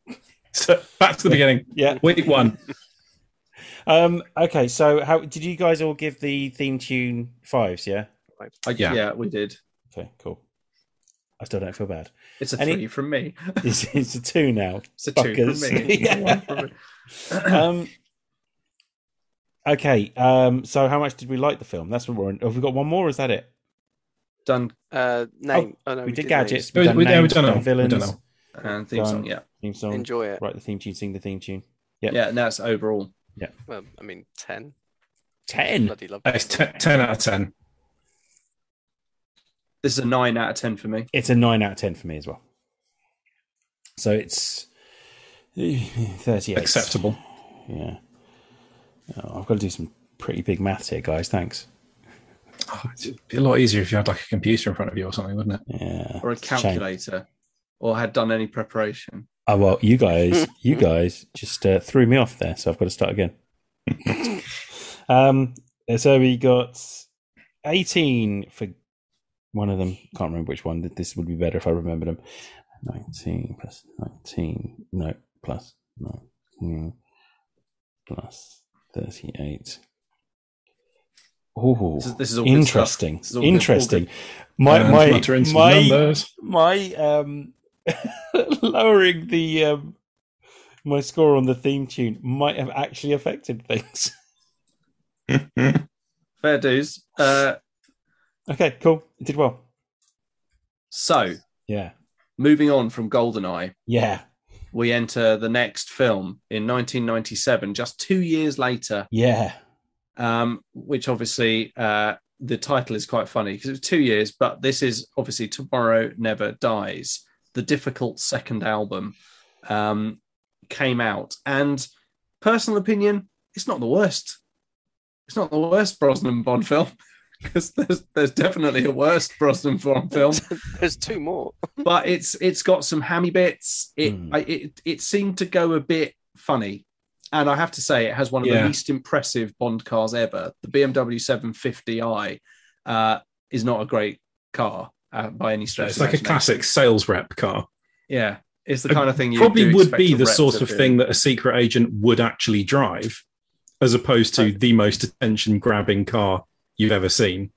Speaker 3: *laughs* So, back to the beginning.
Speaker 1: Yeah.
Speaker 3: Week one.
Speaker 1: Um. Okay. So, how did you guys all give the theme tune fives? Yeah.
Speaker 2: I,
Speaker 3: Yeah.
Speaker 2: yeah. we did.
Speaker 1: Okay. Cool. I still don't feel bad. *laughs*
Speaker 2: It's a
Speaker 1: Any-
Speaker 2: three from me.
Speaker 1: It's, it's a two now.
Speaker 2: It's a two
Speaker 1: Fuckers.
Speaker 2: from me.
Speaker 1: *laughs* Yeah.
Speaker 2: One from me.
Speaker 1: Um. Okay. Um. So, how much did we like the film? That's what we're. In. Have we got one more? or Is that it?
Speaker 2: Done
Speaker 4: uh, name. Oh, no,
Speaker 1: we, did
Speaker 4: names.
Speaker 1: gadgets.
Speaker 3: We-
Speaker 1: We've done
Speaker 3: we- yeah,
Speaker 1: names,
Speaker 3: we've
Speaker 1: we've
Speaker 3: done it all.
Speaker 1: done villains.
Speaker 3: We've done it all.
Speaker 2: and theme
Speaker 1: Done.
Speaker 2: song. Yeah.
Speaker 1: Theme song.
Speaker 4: Enjoy it.
Speaker 1: Write the theme tune. Sing the theme tune. Yeah.
Speaker 2: Yeah. Now it's overall.
Speaker 4: Well, I mean, ten.
Speaker 1: Ten.
Speaker 4: Bloody love.
Speaker 3: It's te- ten out of ten.
Speaker 2: This is a nine out of ten for me.
Speaker 1: It's a nine out of ten for me as well. So it's 38.
Speaker 3: Acceptable.
Speaker 1: Yeah. Oh, I've got to do some pretty big maths here, guys. Thanks.
Speaker 3: Oh, it'd be a lot easier if you had like a computer in front of you or something, wouldn't it?
Speaker 1: Yeah.
Speaker 2: or a
Speaker 1: It's shame.
Speaker 2: calculator, or had done any preparation.
Speaker 1: Oh, well, you
Speaker 2: *laughs*
Speaker 1: guys, you guys just uh, threw me off there, so I've got to start again. um, so we got 18 for one of them. Can't remember which one. This would be better if I remembered them. 19 plus 19. No, plus 19 plus 38. Oh,
Speaker 2: This is, this is all good stuff.
Speaker 1: interesting.
Speaker 2: This is all good- all
Speaker 1: interesting.
Speaker 2: good.
Speaker 1: My,
Speaker 3: And
Speaker 1: my,
Speaker 3: muttering some
Speaker 1: my,
Speaker 3: numbers.
Speaker 1: my um *laughs* lowering the um my score on the theme tune might have actually affected things. *laughs*
Speaker 2: Fair dues. Uh,
Speaker 1: okay, cool. It did well.
Speaker 2: so,
Speaker 1: Yeah.
Speaker 2: moving on from Goldeneye,
Speaker 1: Yeah.
Speaker 2: we enter the next film in 1997, just two years later,
Speaker 1: Yeah.
Speaker 2: um, which obviously uh, the title is quite funny because it was two years, but this is obviously Tomorrow Never Dies, the difficult second album um, came out. And personal opinion, it's not the worst. It's not the worst Brosnan Bond film *laughs* because there's, there's definitely a worst Brosnan Bond film
Speaker 4: *laughs* There's two more.
Speaker 2: but it's it's got some hammy bits. It
Speaker 1: Hmm.
Speaker 2: I, it it seemed to go a bit funny, and I have to say it has one of
Speaker 3: Yeah.
Speaker 2: the least impressive Bond cars ever. The BMW 750i uh, is not a great car uh, by any stretch.
Speaker 3: It's
Speaker 2: of
Speaker 3: like a
Speaker 2: imagination.
Speaker 3: classic sales rep car.
Speaker 2: Yeah, it's the kind of thing you
Speaker 3: Probably
Speaker 2: do
Speaker 3: would
Speaker 2: expect
Speaker 3: be
Speaker 2: a
Speaker 3: the
Speaker 2: rep
Speaker 3: sort
Speaker 2: to
Speaker 3: of
Speaker 2: do.
Speaker 3: thing that a secret agent would actually drive, as opposed to
Speaker 2: Right.
Speaker 3: the most attention grabbing car you've ever seen.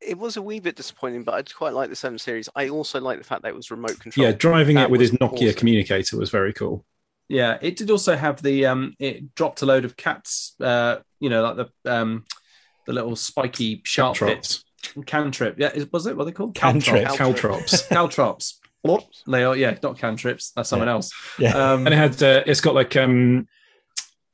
Speaker 4: It was a wee bit disappointing, but I quite like the seven series. I also like the fact that it was remote control.
Speaker 3: Yeah, driving
Speaker 4: That
Speaker 3: it with
Speaker 4: was
Speaker 3: his Nokia
Speaker 4: awesome.
Speaker 3: communicator was very cool.
Speaker 2: Yeah, it did also have the um, it dropped a load of cats. Uh, you know, like the um, the little spiky sharp bits.
Speaker 3: Caltrops.
Speaker 2: Cantrip. Yeah, is- was it what are they called?
Speaker 1: Cantrip.
Speaker 2: Caltrop.
Speaker 3: Caltrops. *laughs*
Speaker 2: Caltrops. What? They are, yeah, not cantrips. That's someone
Speaker 1: Yeah.
Speaker 2: else.
Speaker 1: Yeah.
Speaker 2: Um,
Speaker 3: and it had uh, it's got like um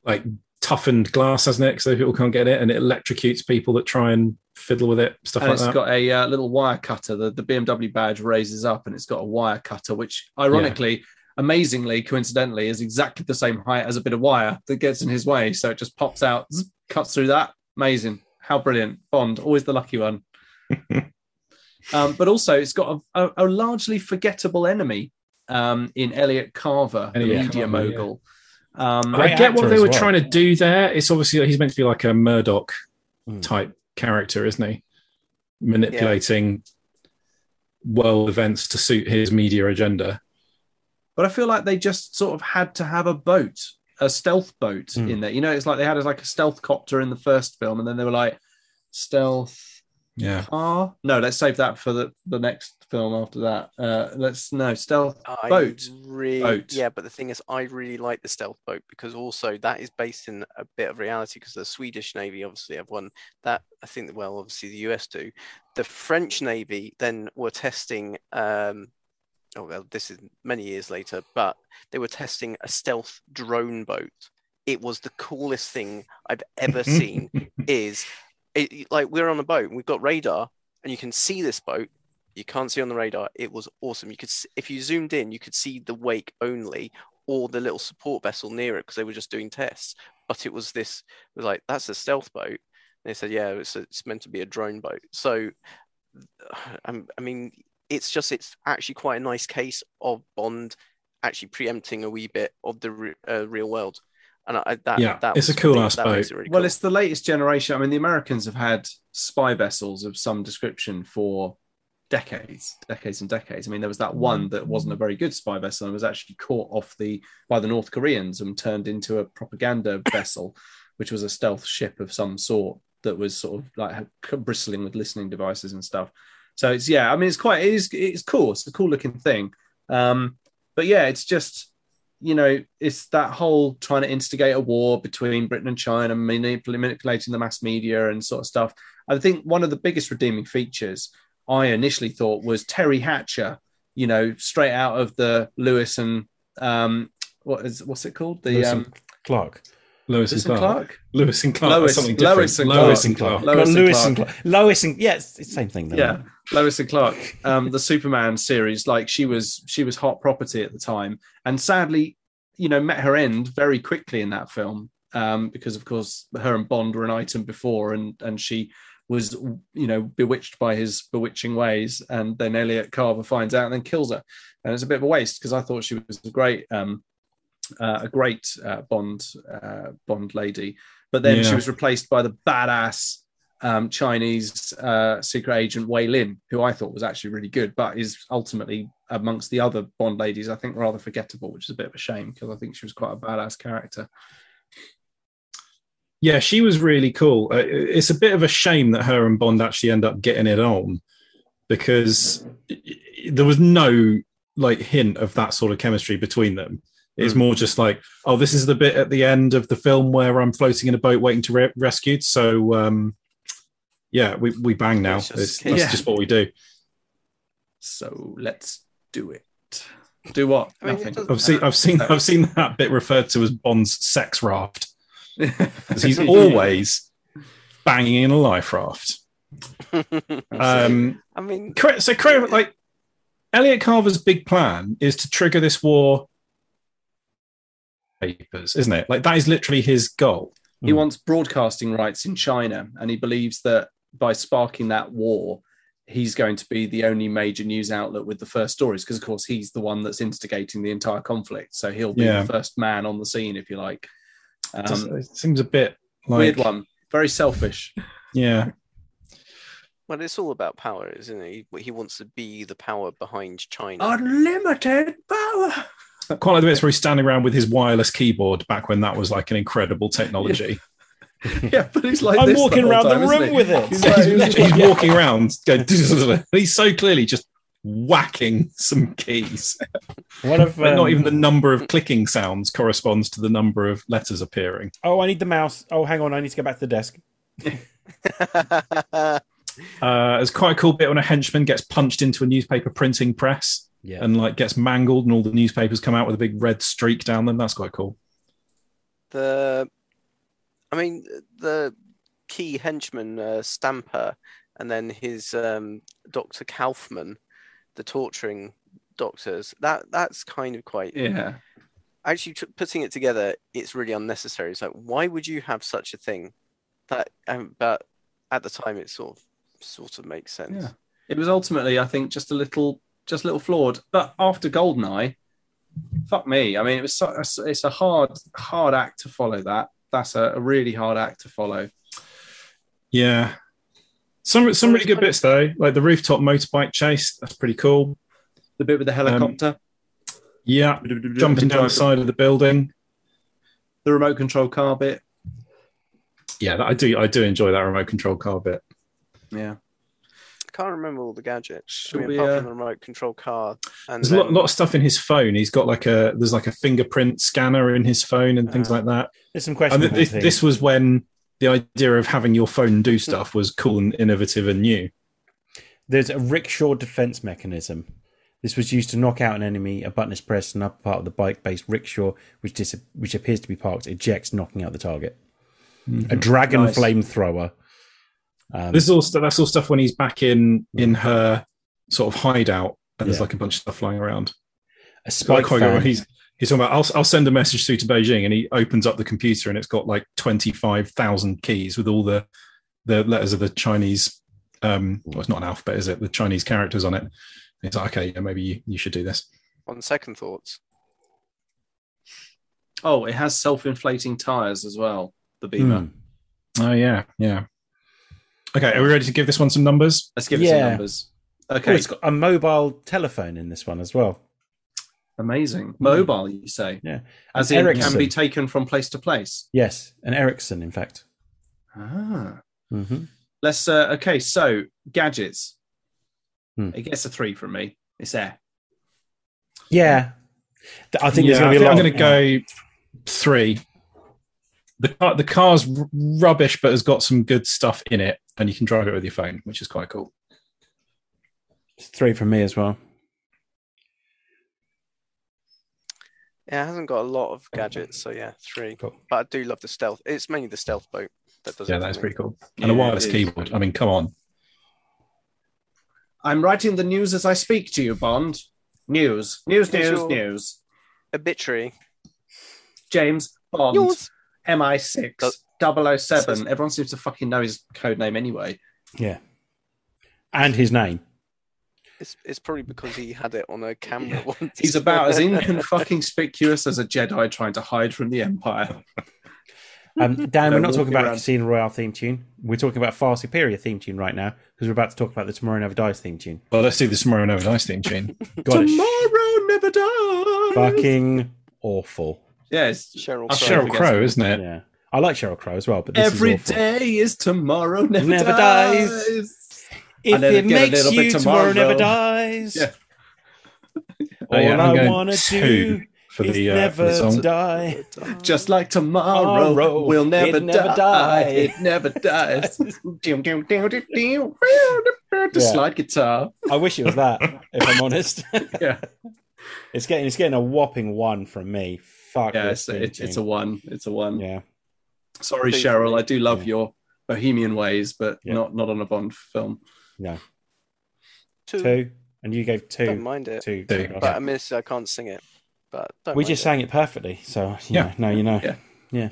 Speaker 3: like toughened glass hasn't it so people can't get it and it electrocutes people that try and fiddle with it stuff
Speaker 2: and
Speaker 3: like
Speaker 2: it's
Speaker 3: that
Speaker 2: got a uh, little wire cutter. The, the BMW badge raises up and it's got a wire cutter, which ironically, amazingly, coincidentally, is exactly the same height as a bit of wire that gets in his way. So it just pops out, zzz, cuts through that. Amazing. How brilliant. Bond, always the
Speaker 1: *laughs*
Speaker 2: lucky one. um, but also, it's got a, a, a largely forgettable enemy um, in Elliot Carver, the
Speaker 3: Elliot
Speaker 2: media
Speaker 3: Carver, yeah.
Speaker 2: mogul. Um,
Speaker 3: i
Speaker 1: Great
Speaker 3: get
Speaker 1: actor
Speaker 3: what they
Speaker 1: as
Speaker 3: were
Speaker 1: well.
Speaker 3: trying to do there it's obviously he's meant to be like a murdoch
Speaker 1: Mm.
Speaker 3: type character isn't he manipulating world events to suit his media agenda
Speaker 2: but I feel like they just sort of had to have a boat, a stealth boat
Speaker 1: Hmm.
Speaker 2: in there. You know, it's like they had like a stealth copter in the first film, and then they were like, stealth
Speaker 3: yeah
Speaker 2: car? No, let's save that for the, the next film after that. Uh, let's no stealth.
Speaker 4: I
Speaker 2: Boat.
Speaker 4: Really,
Speaker 2: Boat.
Speaker 4: Yeah, but the thing is, I really like the stealth boat because also that is based in a bit of reality because the Swedish Navy obviously have one that I think that well obviously the US do. The French Navy then were testing. Um, oh well, this is many years later, but they were testing a stealth drone boat. It was the coolest thing I've ever seen. is it, like we're on a boat, we've got radar, and you can see this boat you can't see on the radar. It was awesome. You could, s- if you zoomed in, you could see the wake only or the little support vessel near it because they were just doing tests. But it was this, it was like that's a stealth boat. And they said, yeah, it's it's meant to be a drone boat. So, *sighs* I'm- I mean, it's just it's actually quite a nice case of Bond actually preempting a wee bit of the re- uh, real world. And I, I- that,
Speaker 3: Yeah,
Speaker 4: that
Speaker 3: it's
Speaker 4: was
Speaker 3: a cool
Speaker 4: the-
Speaker 3: ass
Speaker 4: that makes it really
Speaker 2: Well,
Speaker 4: cool.
Speaker 2: it's the latest generation. I mean, the Americans have had spy vessels of some description for decades, decades and decades. I mean, there was that one that wasn't a very good spy vessel and was actually caught off the by the North Koreans and turned into a
Speaker 4: *coughs*
Speaker 2: propaganda vessel, which was a stealth ship of some sort that was sort of like had- bristling with listening devices and stuff. So it's yeah, I mean, it's quite it is it's cool. It's a cool looking thing. Um, but yeah, it's just you know, it's that whole trying to instigate a war between Britain and China, manip- manipulating the mass media and sort of stuff. I think one of the biggest redeeming features I initially thought was Terry Hatcher, you know, straight out of the Lewis and um, what is what's it called? The
Speaker 1: Lewis
Speaker 2: um,
Speaker 1: and Clark.
Speaker 3: Lewis and
Speaker 2: Lewis
Speaker 3: Clark. Lewis and Clark.
Speaker 2: Lois-
Speaker 3: That's something different.
Speaker 2: Lois and
Speaker 3: Lois
Speaker 2: Clark.
Speaker 3: and Clark.
Speaker 1: Got
Speaker 2: Lois and
Speaker 1: Lewis
Speaker 2: Clark.
Speaker 1: and Clark. Lois and yeah, it's, it's the same thing. Though,
Speaker 2: yeah lois and clark um the superman series like she was she was hot property at the time and sadly you know met her end very quickly in that film um because of course her and bond were an item before and and she was you know bewitched by his bewitching ways and then elliot carver finds out and then kills her and it's a bit of a waste because i thought she was a great um uh, a great uh, bond uh, bond lady but then she
Speaker 3: Yeah.
Speaker 2: was replaced by the badass um, Chinese uh, secret agent Wei Lin, who I thought was actually really good, but is ultimately amongst the other Bond ladies, I think rather forgettable, which is a bit of a shame because I think she was quite a badass character.
Speaker 3: Yeah, she was really cool. Uh, It's a bit of a shame that her and Bond actually end up getting it on because there was no like hint of that sort of chemistry between them. It's
Speaker 2: Mm.
Speaker 3: more just like, oh, this is the bit at the end of the film where I'm floating in a boat waiting to re- rescued. So, um, yeah, we, we bang now.
Speaker 4: Let's just
Speaker 3: It's,
Speaker 4: kick
Speaker 3: that's
Speaker 2: it.
Speaker 3: just what we do.
Speaker 2: So let's do it. Do what?
Speaker 4: I mean, it
Speaker 2: Nothing.
Speaker 4: doesn't-
Speaker 3: I've seen, I've seen, I've seen that bit referred to as Bond's sex raft
Speaker 2: *laughs*
Speaker 3: because he's always banging in a life raft. Um,
Speaker 4: *laughs* I mean,
Speaker 3: Correct. So, correct, like, Elliot Carver's big plan is to trigger this war. Papers, isn't it? Like that is literally his goal.
Speaker 2: He wants broadcasting rights in China, and he believes that by sparking that war, he's going to be the only major news outlet with the first stories. Because, of course, he's the one that's instigating the entire conflict. So he'll be
Speaker 3: Yeah.
Speaker 2: the first man on the scene, if you like.
Speaker 3: It just-
Speaker 2: Um,
Speaker 3: it seems a bit like
Speaker 2: weird one. Very selfish.
Speaker 3: Yeah,
Speaker 4: well, it's all about power, isn't it? He, he wants to be the power behind China.
Speaker 2: Unlimited power.
Speaker 3: quite like the bits where he's standing around with his wireless keyboard back when that was like an incredible technology.
Speaker 2: *laughs* yeah, but he's like
Speaker 1: I'm
Speaker 2: this
Speaker 1: walking
Speaker 2: whole
Speaker 1: around
Speaker 2: time,
Speaker 1: the
Speaker 2: isn't
Speaker 1: room
Speaker 2: he?
Speaker 1: with it.
Speaker 2: He's like- *laughs*
Speaker 3: he's, he's walking around. Going, *laughs* he's so clearly just whacking some keys.
Speaker 1: One of
Speaker 3: Like,
Speaker 1: um,
Speaker 3: not even the number of clicking sounds corresponds to the number of letters appearing.
Speaker 1: Oh, I need the mouse. Oh, hang on, I need to go back to the desk.
Speaker 4: *laughs*
Speaker 3: Uh, it's quite a cool bit when a henchman gets punched into a newspaper printing press
Speaker 1: Yeah.
Speaker 3: and like gets mangled, and all the newspapers come out with a big red streak down them. That's quite cool.
Speaker 4: the i mean the key henchman uh, stamper and then his um, dr kaufman the torturing doctors that that's kind of quite
Speaker 2: Yeah.
Speaker 4: actually t- putting it together it's really unnecessary it's like why would you have such a thing that um, but at the time it sort of sort of makes sense
Speaker 2: Yeah. It was ultimately, I think, just a little, just a little flawed. But after Goldeneye, fuck me. I mean, it was so, it's a hard, hard act to follow. That that's a, a really hard act to follow.
Speaker 3: Yeah, some some really good bits though, like the rooftop motorbike chase. That's pretty cool.
Speaker 2: The bit with the
Speaker 1: Um,
Speaker 2: helicopter,
Speaker 3: Yeah, jumping down the side of the building.
Speaker 2: the remote control car bit.
Speaker 3: Yeah, that- I do I do enjoy that remote control car bit.
Speaker 2: Yeah,
Speaker 4: i can't remember all the gadgets I
Speaker 2: Should
Speaker 4: mean,
Speaker 2: we,
Speaker 4: apart
Speaker 2: uh,
Speaker 4: from the remote control car and
Speaker 3: There's a lot,
Speaker 4: then-
Speaker 3: lot of stuff in his phone. He's got like a there's like a fingerprint scanner in his phone and things
Speaker 4: Uh,
Speaker 3: like that.
Speaker 1: There's some
Speaker 3: And
Speaker 1: questions.
Speaker 3: this, this was when the idea of having your phone do stuff was cool and innovative and new.
Speaker 1: There's a rickshaw defense mechanism. This was used to knock out an enemy. A button is pressed, and upper part of the bike-based rickshaw, which dis- which appears to be parked, ejects, knocking out the target. A dragon
Speaker 2: Nice.
Speaker 1: flamethrower. Um,
Speaker 3: Mm-hmm. This is all stu- that's all stuff when he's back in in her sort of hideout, and there's
Speaker 1: Yeah.
Speaker 3: like a bunch of stuff flying around.
Speaker 1: a
Speaker 3: Like
Speaker 1: spike
Speaker 3: quite good
Speaker 1: fan.
Speaker 3: when he's he's talking about I'll, I'll send a message through to Beijing, and he opens up the computer, and it's got like twenty five thousand keys with all the the letters of the Chinese. Um, well, it's not an alphabet, is it? The Chinese characters on it. And It's like, okay, yeah, maybe you, you should do this.
Speaker 4: on second thoughts
Speaker 2: Oh, it has self-inflating tires as well. The Beamer.
Speaker 1: Hmm.
Speaker 3: Oh yeah, yeah. Okay, are we ready to give this one some numbers?
Speaker 2: Let's give it
Speaker 1: Yeah.
Speaker 2: some numbers.
Speaker 1: Oh,
Speaker 2: Okay,
Speaker 1: it's got a mobile telephone in this one as well.
Speaker 2: amazing. Mobile, you say?
Speaker 1: Hmm. Yeah.
Speaker 2: As
Speaker 1: An
Speaker 2: in, it can
Speaker 1: Ericsson.
Speaker 2: be taken from place to place.
Speaker 1: Yes, an Ericsson, in fact.
Speaker 2: Ah.
Speaker 3: Mm-hmm.
Speaker 1: hmm
Speaker 2: Let's uh, okay. So gadgets.
Speaker 1: Hmm.
Speaker 2: It gets a three from me. It's there.
Speaker 1: Yeah. Th- I think there's
Speaker 3: Yeah,
Speaker 1: going to be a
Speaker 3: I
Speaker 1: lot.
Speaker 3: think I'm going to go three. The car, the car's r- rubbish, but has got some good stuff in it, and you can drive it with your phone, which is quite cool.
Speaker 1: It's Three from me as well.
Speaker 4: Yeah, it hasn't got a lot of gadgets, so yeah, three.
Speaker 3: Cool.
Speaker 4: But I do love the stealth. It's mainly the stealth boat that does.
Speaker 3: Yeah,
Speaker 4: it for
Speaker 3: that's
Speaker 4: me.
Speaker 3: pretty cool. And a
Speaker 2: Yeah,
Speaker 3: wireless
Speaker 2: it is.
Speaker 3: keyboard. I mean, come on.
Speaker 2: I'm writing the news as I speak to you, Bond. News, news,
Speaker 4: Yes,
Speaker 2: news,
Speaker 4: you're-
Speaker 2: news.
Speaker 4: Obituary.
Speaker 2: James Bond,
Speaker 4: Yours.
Speaker 2: MI6,
Speaker 4: Do-
Speaker 2: 007. Everyone seems to fucking know his code name anyway.
Speaker 1: Yeah. And his name.
Speaker 4: It's, it's probably because he had it on a camera once. *laughs*
Speaker 2: He's about as inconspicuous as a Jedi trying to hide from the Empire.
Speaker 1: *laughs* Um, Dan,
Speaker 2: No,
Speaker 1: we're not
Speaker 2: walking
Speaker 1: talking about
Speaker 2: around.
Speaker 1: a Casino Royale theme tune. We're talking about a Far Superior theme tune right now because we're about to talk about the Tomorrow Never Dies theme *laughs* tune.
Speaker 3: Well, let's do the Tomorrow Never Dies
Speaker 1: *laughs*
Speaker 3: theme tune.
Speaker 1: God, it's
Speaker 2: Tomorrow never dies.
Speaker 1: fucking awful.
Speaker 2: Yes.
Speaker 4: Cheryl.
Speaker 2: I'll
Speaker 4: Crow.
Speaker 2: show-
Speaker 3: Oh, Cheryl Crow, isn't it?
Speaker 1: Yeah. I like Cheryl Crow as well, but this
Speaker 2: Every
Speaker 1: is awful.
Speaker 2: day is tomorrow never,
Speaker 1: Never
Speaker 2: dies.
Speaker 1: dies. If
Speaker 2: And then
Speaker 1: it
Speaker 2: again, a
Speaker 1: makes
Speaker 2: little bit
Speaker 1: you tomorrow,
Speaker 2: tomorrow.
Speaker 1: never dies.
Speaker 2: Yeah.
Speaker 3: Oh,
Speaker 1: *laughs*
Speaker 3: yeah,
Speaker 1: All
Speaker 3: I'm
Speaker 1: I
Speaker 3: going
Speaker 1: want to
Speaker 3: two
Speaker 1: do
Speaker 3: For
Speaker 1: is
Speaker 3: the, uh, for
Speaker 1: never
Speaker 3: the song.
Speaker 1: die.
Speaker 2: *laughs* Just like tomorrow,
Speaker 1: Tomorrow,
Speaker 2: will never,
Speaker 1: it never
Speaker 2: die.
Speaker 1: die.
Speaker 2: It
Speaker 1: *laughs*
Speaker 2: never dies. Dum, dum, dum, dum, dum. the
Speaker 1: Yeah.
Speaker 2: slide guitar.
Speaker 1: I wish it was that, if I'm honest.
Speaker 2: *laughs* Yeah,
Speaker 1: *laughs* it's getting it's getting a whopping one from me. Fuck
Speaker 2: yeah.
Speaker 1: this
Speaker 2: It's, it's,
Speaker 1: theme
Speaker 2: it's a
Speaker 1: tune.
Speaker 2: one. It's a one.
Speaker 1: yeah.
Speaker 2: Sorry,
Speaker 4: Please,
Speaker 2: Cheryl.
Speaker 4: please.
Speaker 2: I do love
Speaker 1: Yeah.
Speaker 2: your bohemian ways, but
Speaker 1: Yeah.
Speaker 2: not not on a Bond film.
Speaker 4: Two.
Speaker 1: Two, and you gave
Speaker 4: Don't
Speaker 1: two,
Speaker 4: mind it.
Speaker 1: two,
Speaker 3: Two.
Speaker 1: two.
Speaker 4: But I miss. I can't sing it. But don't
Speaker 1: we
Speaker 4: mind
Speaker 1: just
Speaker 4: it.
Speaker 1: sang it perfectly, so
Speaker 3: Yeah.
Speaker 1: yeah. Now you know.
Speaker 2: Yeah.
Speaker 1: Yeah.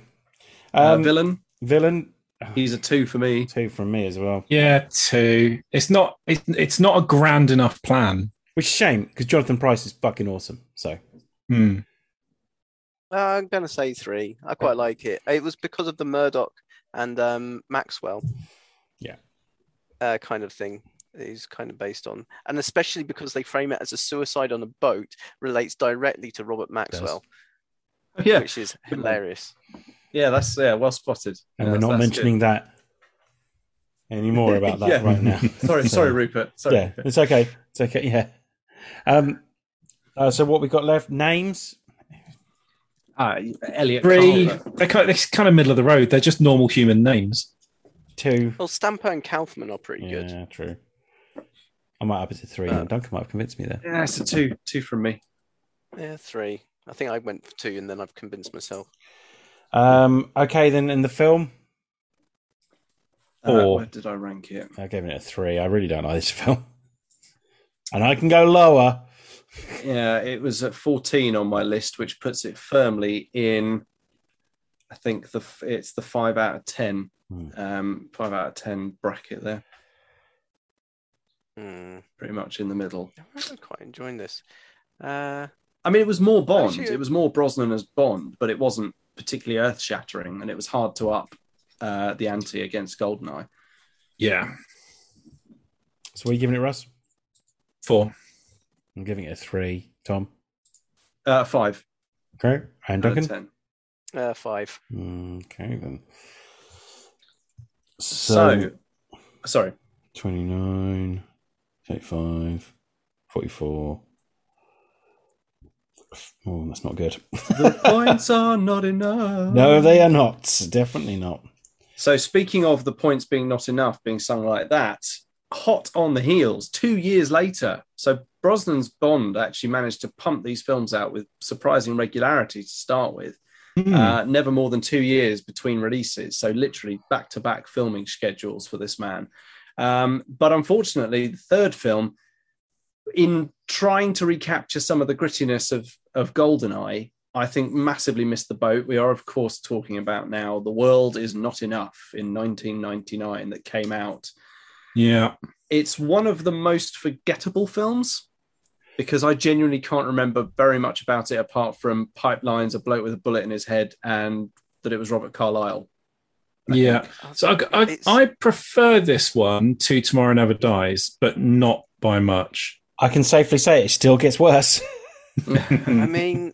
Speaker 2: Uh,
Speaker 1: Um,
Speaker 2: villain.
Speaker 1: villain
Speaker 2: He's a two for
Speaker 1: *laughs*
Speaker 2: me.
Speaker 1: two from me as well,
Speaker 3: Yeah, two. It's not. It's, it's not a grand enough plan.
Speaker 1: which is a shame because Jonathan Price is fucking awesome. So
Speaker 3: Hmm.
Speaker 4: Uh, I'm gonna say three. I quite like it. It was because of the Murdoch and um, Maxwell.
Speaker 1: Yeah.
Speaker 4: Uh, kind of thing. that He's kind of based on, and especially because they frame it as a suicide on a boat relates directly to Robert Maxwell,
Speaker 2: Yeah,
Speaker 4: which is
Speaker 2: Good one.
Speaker 4: hilarious.
Speaker 2: yeah. That's yeah. Well spotted.
Speaker 1: and
Speaker 2: Yeah,
Speaker 1: we're not
Speaker 2: that's
Speaker 1: mentioning that anymore about
Speaker 2: *laughs*
Speaker 1: that
Speaker 2: Yeah.
Speaker 1: right now.
Speaker 2: good. Sorry, sorry, Rupert. Sorry.
Speaker 1: yeah, it's okay. It's okay. Yeah. Um. uh, so what we got left? Names.
Speaker 2: Ah, Elliot.
Speaker 3: Three.
Speaker 2: Carver.
Speaker 3: They're kind, they're kind of middle of the road. They're just normal human names.
Speaker 1: Two.
Speaker 4: Well, Stamper and Kaufman are pretty good.
Speaker 1: Yeah, true. I might up it to three.
Speaker 4: Uh,
Speaker 1: now. Duncan might have convinced me there.
Speaker 2: Yeah, it's a two. Two from me.
Speaker 4: Yeah, three. I think I went for two, and then I've convinced myself.
Speaker 1: Um. Okay, then in the film,
Speaker 2: Uh,
Speaker 3: Four.
Speaker 2: where did I rank it?
Speaker 1: I gave it a three. I really don't like this *laughs* film, and I can go lower.
Speaker 2: Yeah, it was at 14 on my list, which puts it firmly in. I think the f- it's the five out of ten,
Speaker 1: Hmm.
Speaker 2: um, five out of ten bracket there,
Speaker 4: Hmm.
Speaker 2: pretty much in the middle.
Speaker 4: I'm actually quite enjoying this. Uh,
Speaker 2: I mean, it was more Bond.
Speaker 4: Actually,
Speaker 2: it was more Brosnan as Bond, but it wasn't particularly earth shattering, and it was hard to up uh, the ante against Goldeneye.
Speaker 3: Yeah,
Speaker 1: So what are you giving it, Russ?
Speaker 3: four.
Speaker 1: I'm giving it a three. Tom.
Speaker 2: Uh, five
Speaker 1: Okay. And
Speaker 2: out of
Speaker 1: Duncan.
Speaker 2: ten.
Speaker 4: uh, five.
Speaker 1: Okay then.
Speaker 2: So, sorry,
Speaker 1: 29, 35, 44. Oh, that's not good.
Speaker 2: the points are not enough.
Speaker 1: No, they are not. Definitely not.
Speaker 2: So speaking of the points being not enough being sung like that, hot on the heels two years later. So Brosnan's Bond actually managed to pump these films out with surprising regularity to start with.
Speaker 3: Hmm.
Speaker 2: Uh, never more than two years between releases. So literally back to back filming schedules for this man. Um, but unfortunately, the third film, in trying to recapture some of the grittiness of, of Goldeneye, I think massively missed the boat. We are, of course, talking about now The World Is Not Enough in 1999 that came out
Speaker 3: yeah,
Speaker 2: it's one of the most forgettable films because I genuinely can't remember very much about it apart from pipelines, a bloke with a bullet in his head, and that it was Robert Carlyle. I
Speaker 3: yeah.
Speaker 2: think.
Speaker 3: So I, I,
Speaker 4: It's-
Speaker 3: I prefer this one to Tomorrow Never Dies, but not by
Speaker 4: *laughs*
Speaker 3: much.
Speaker 1: I can safely say it still gets worse.
Speaker 3: *laughs*
Speaker 4: I mean,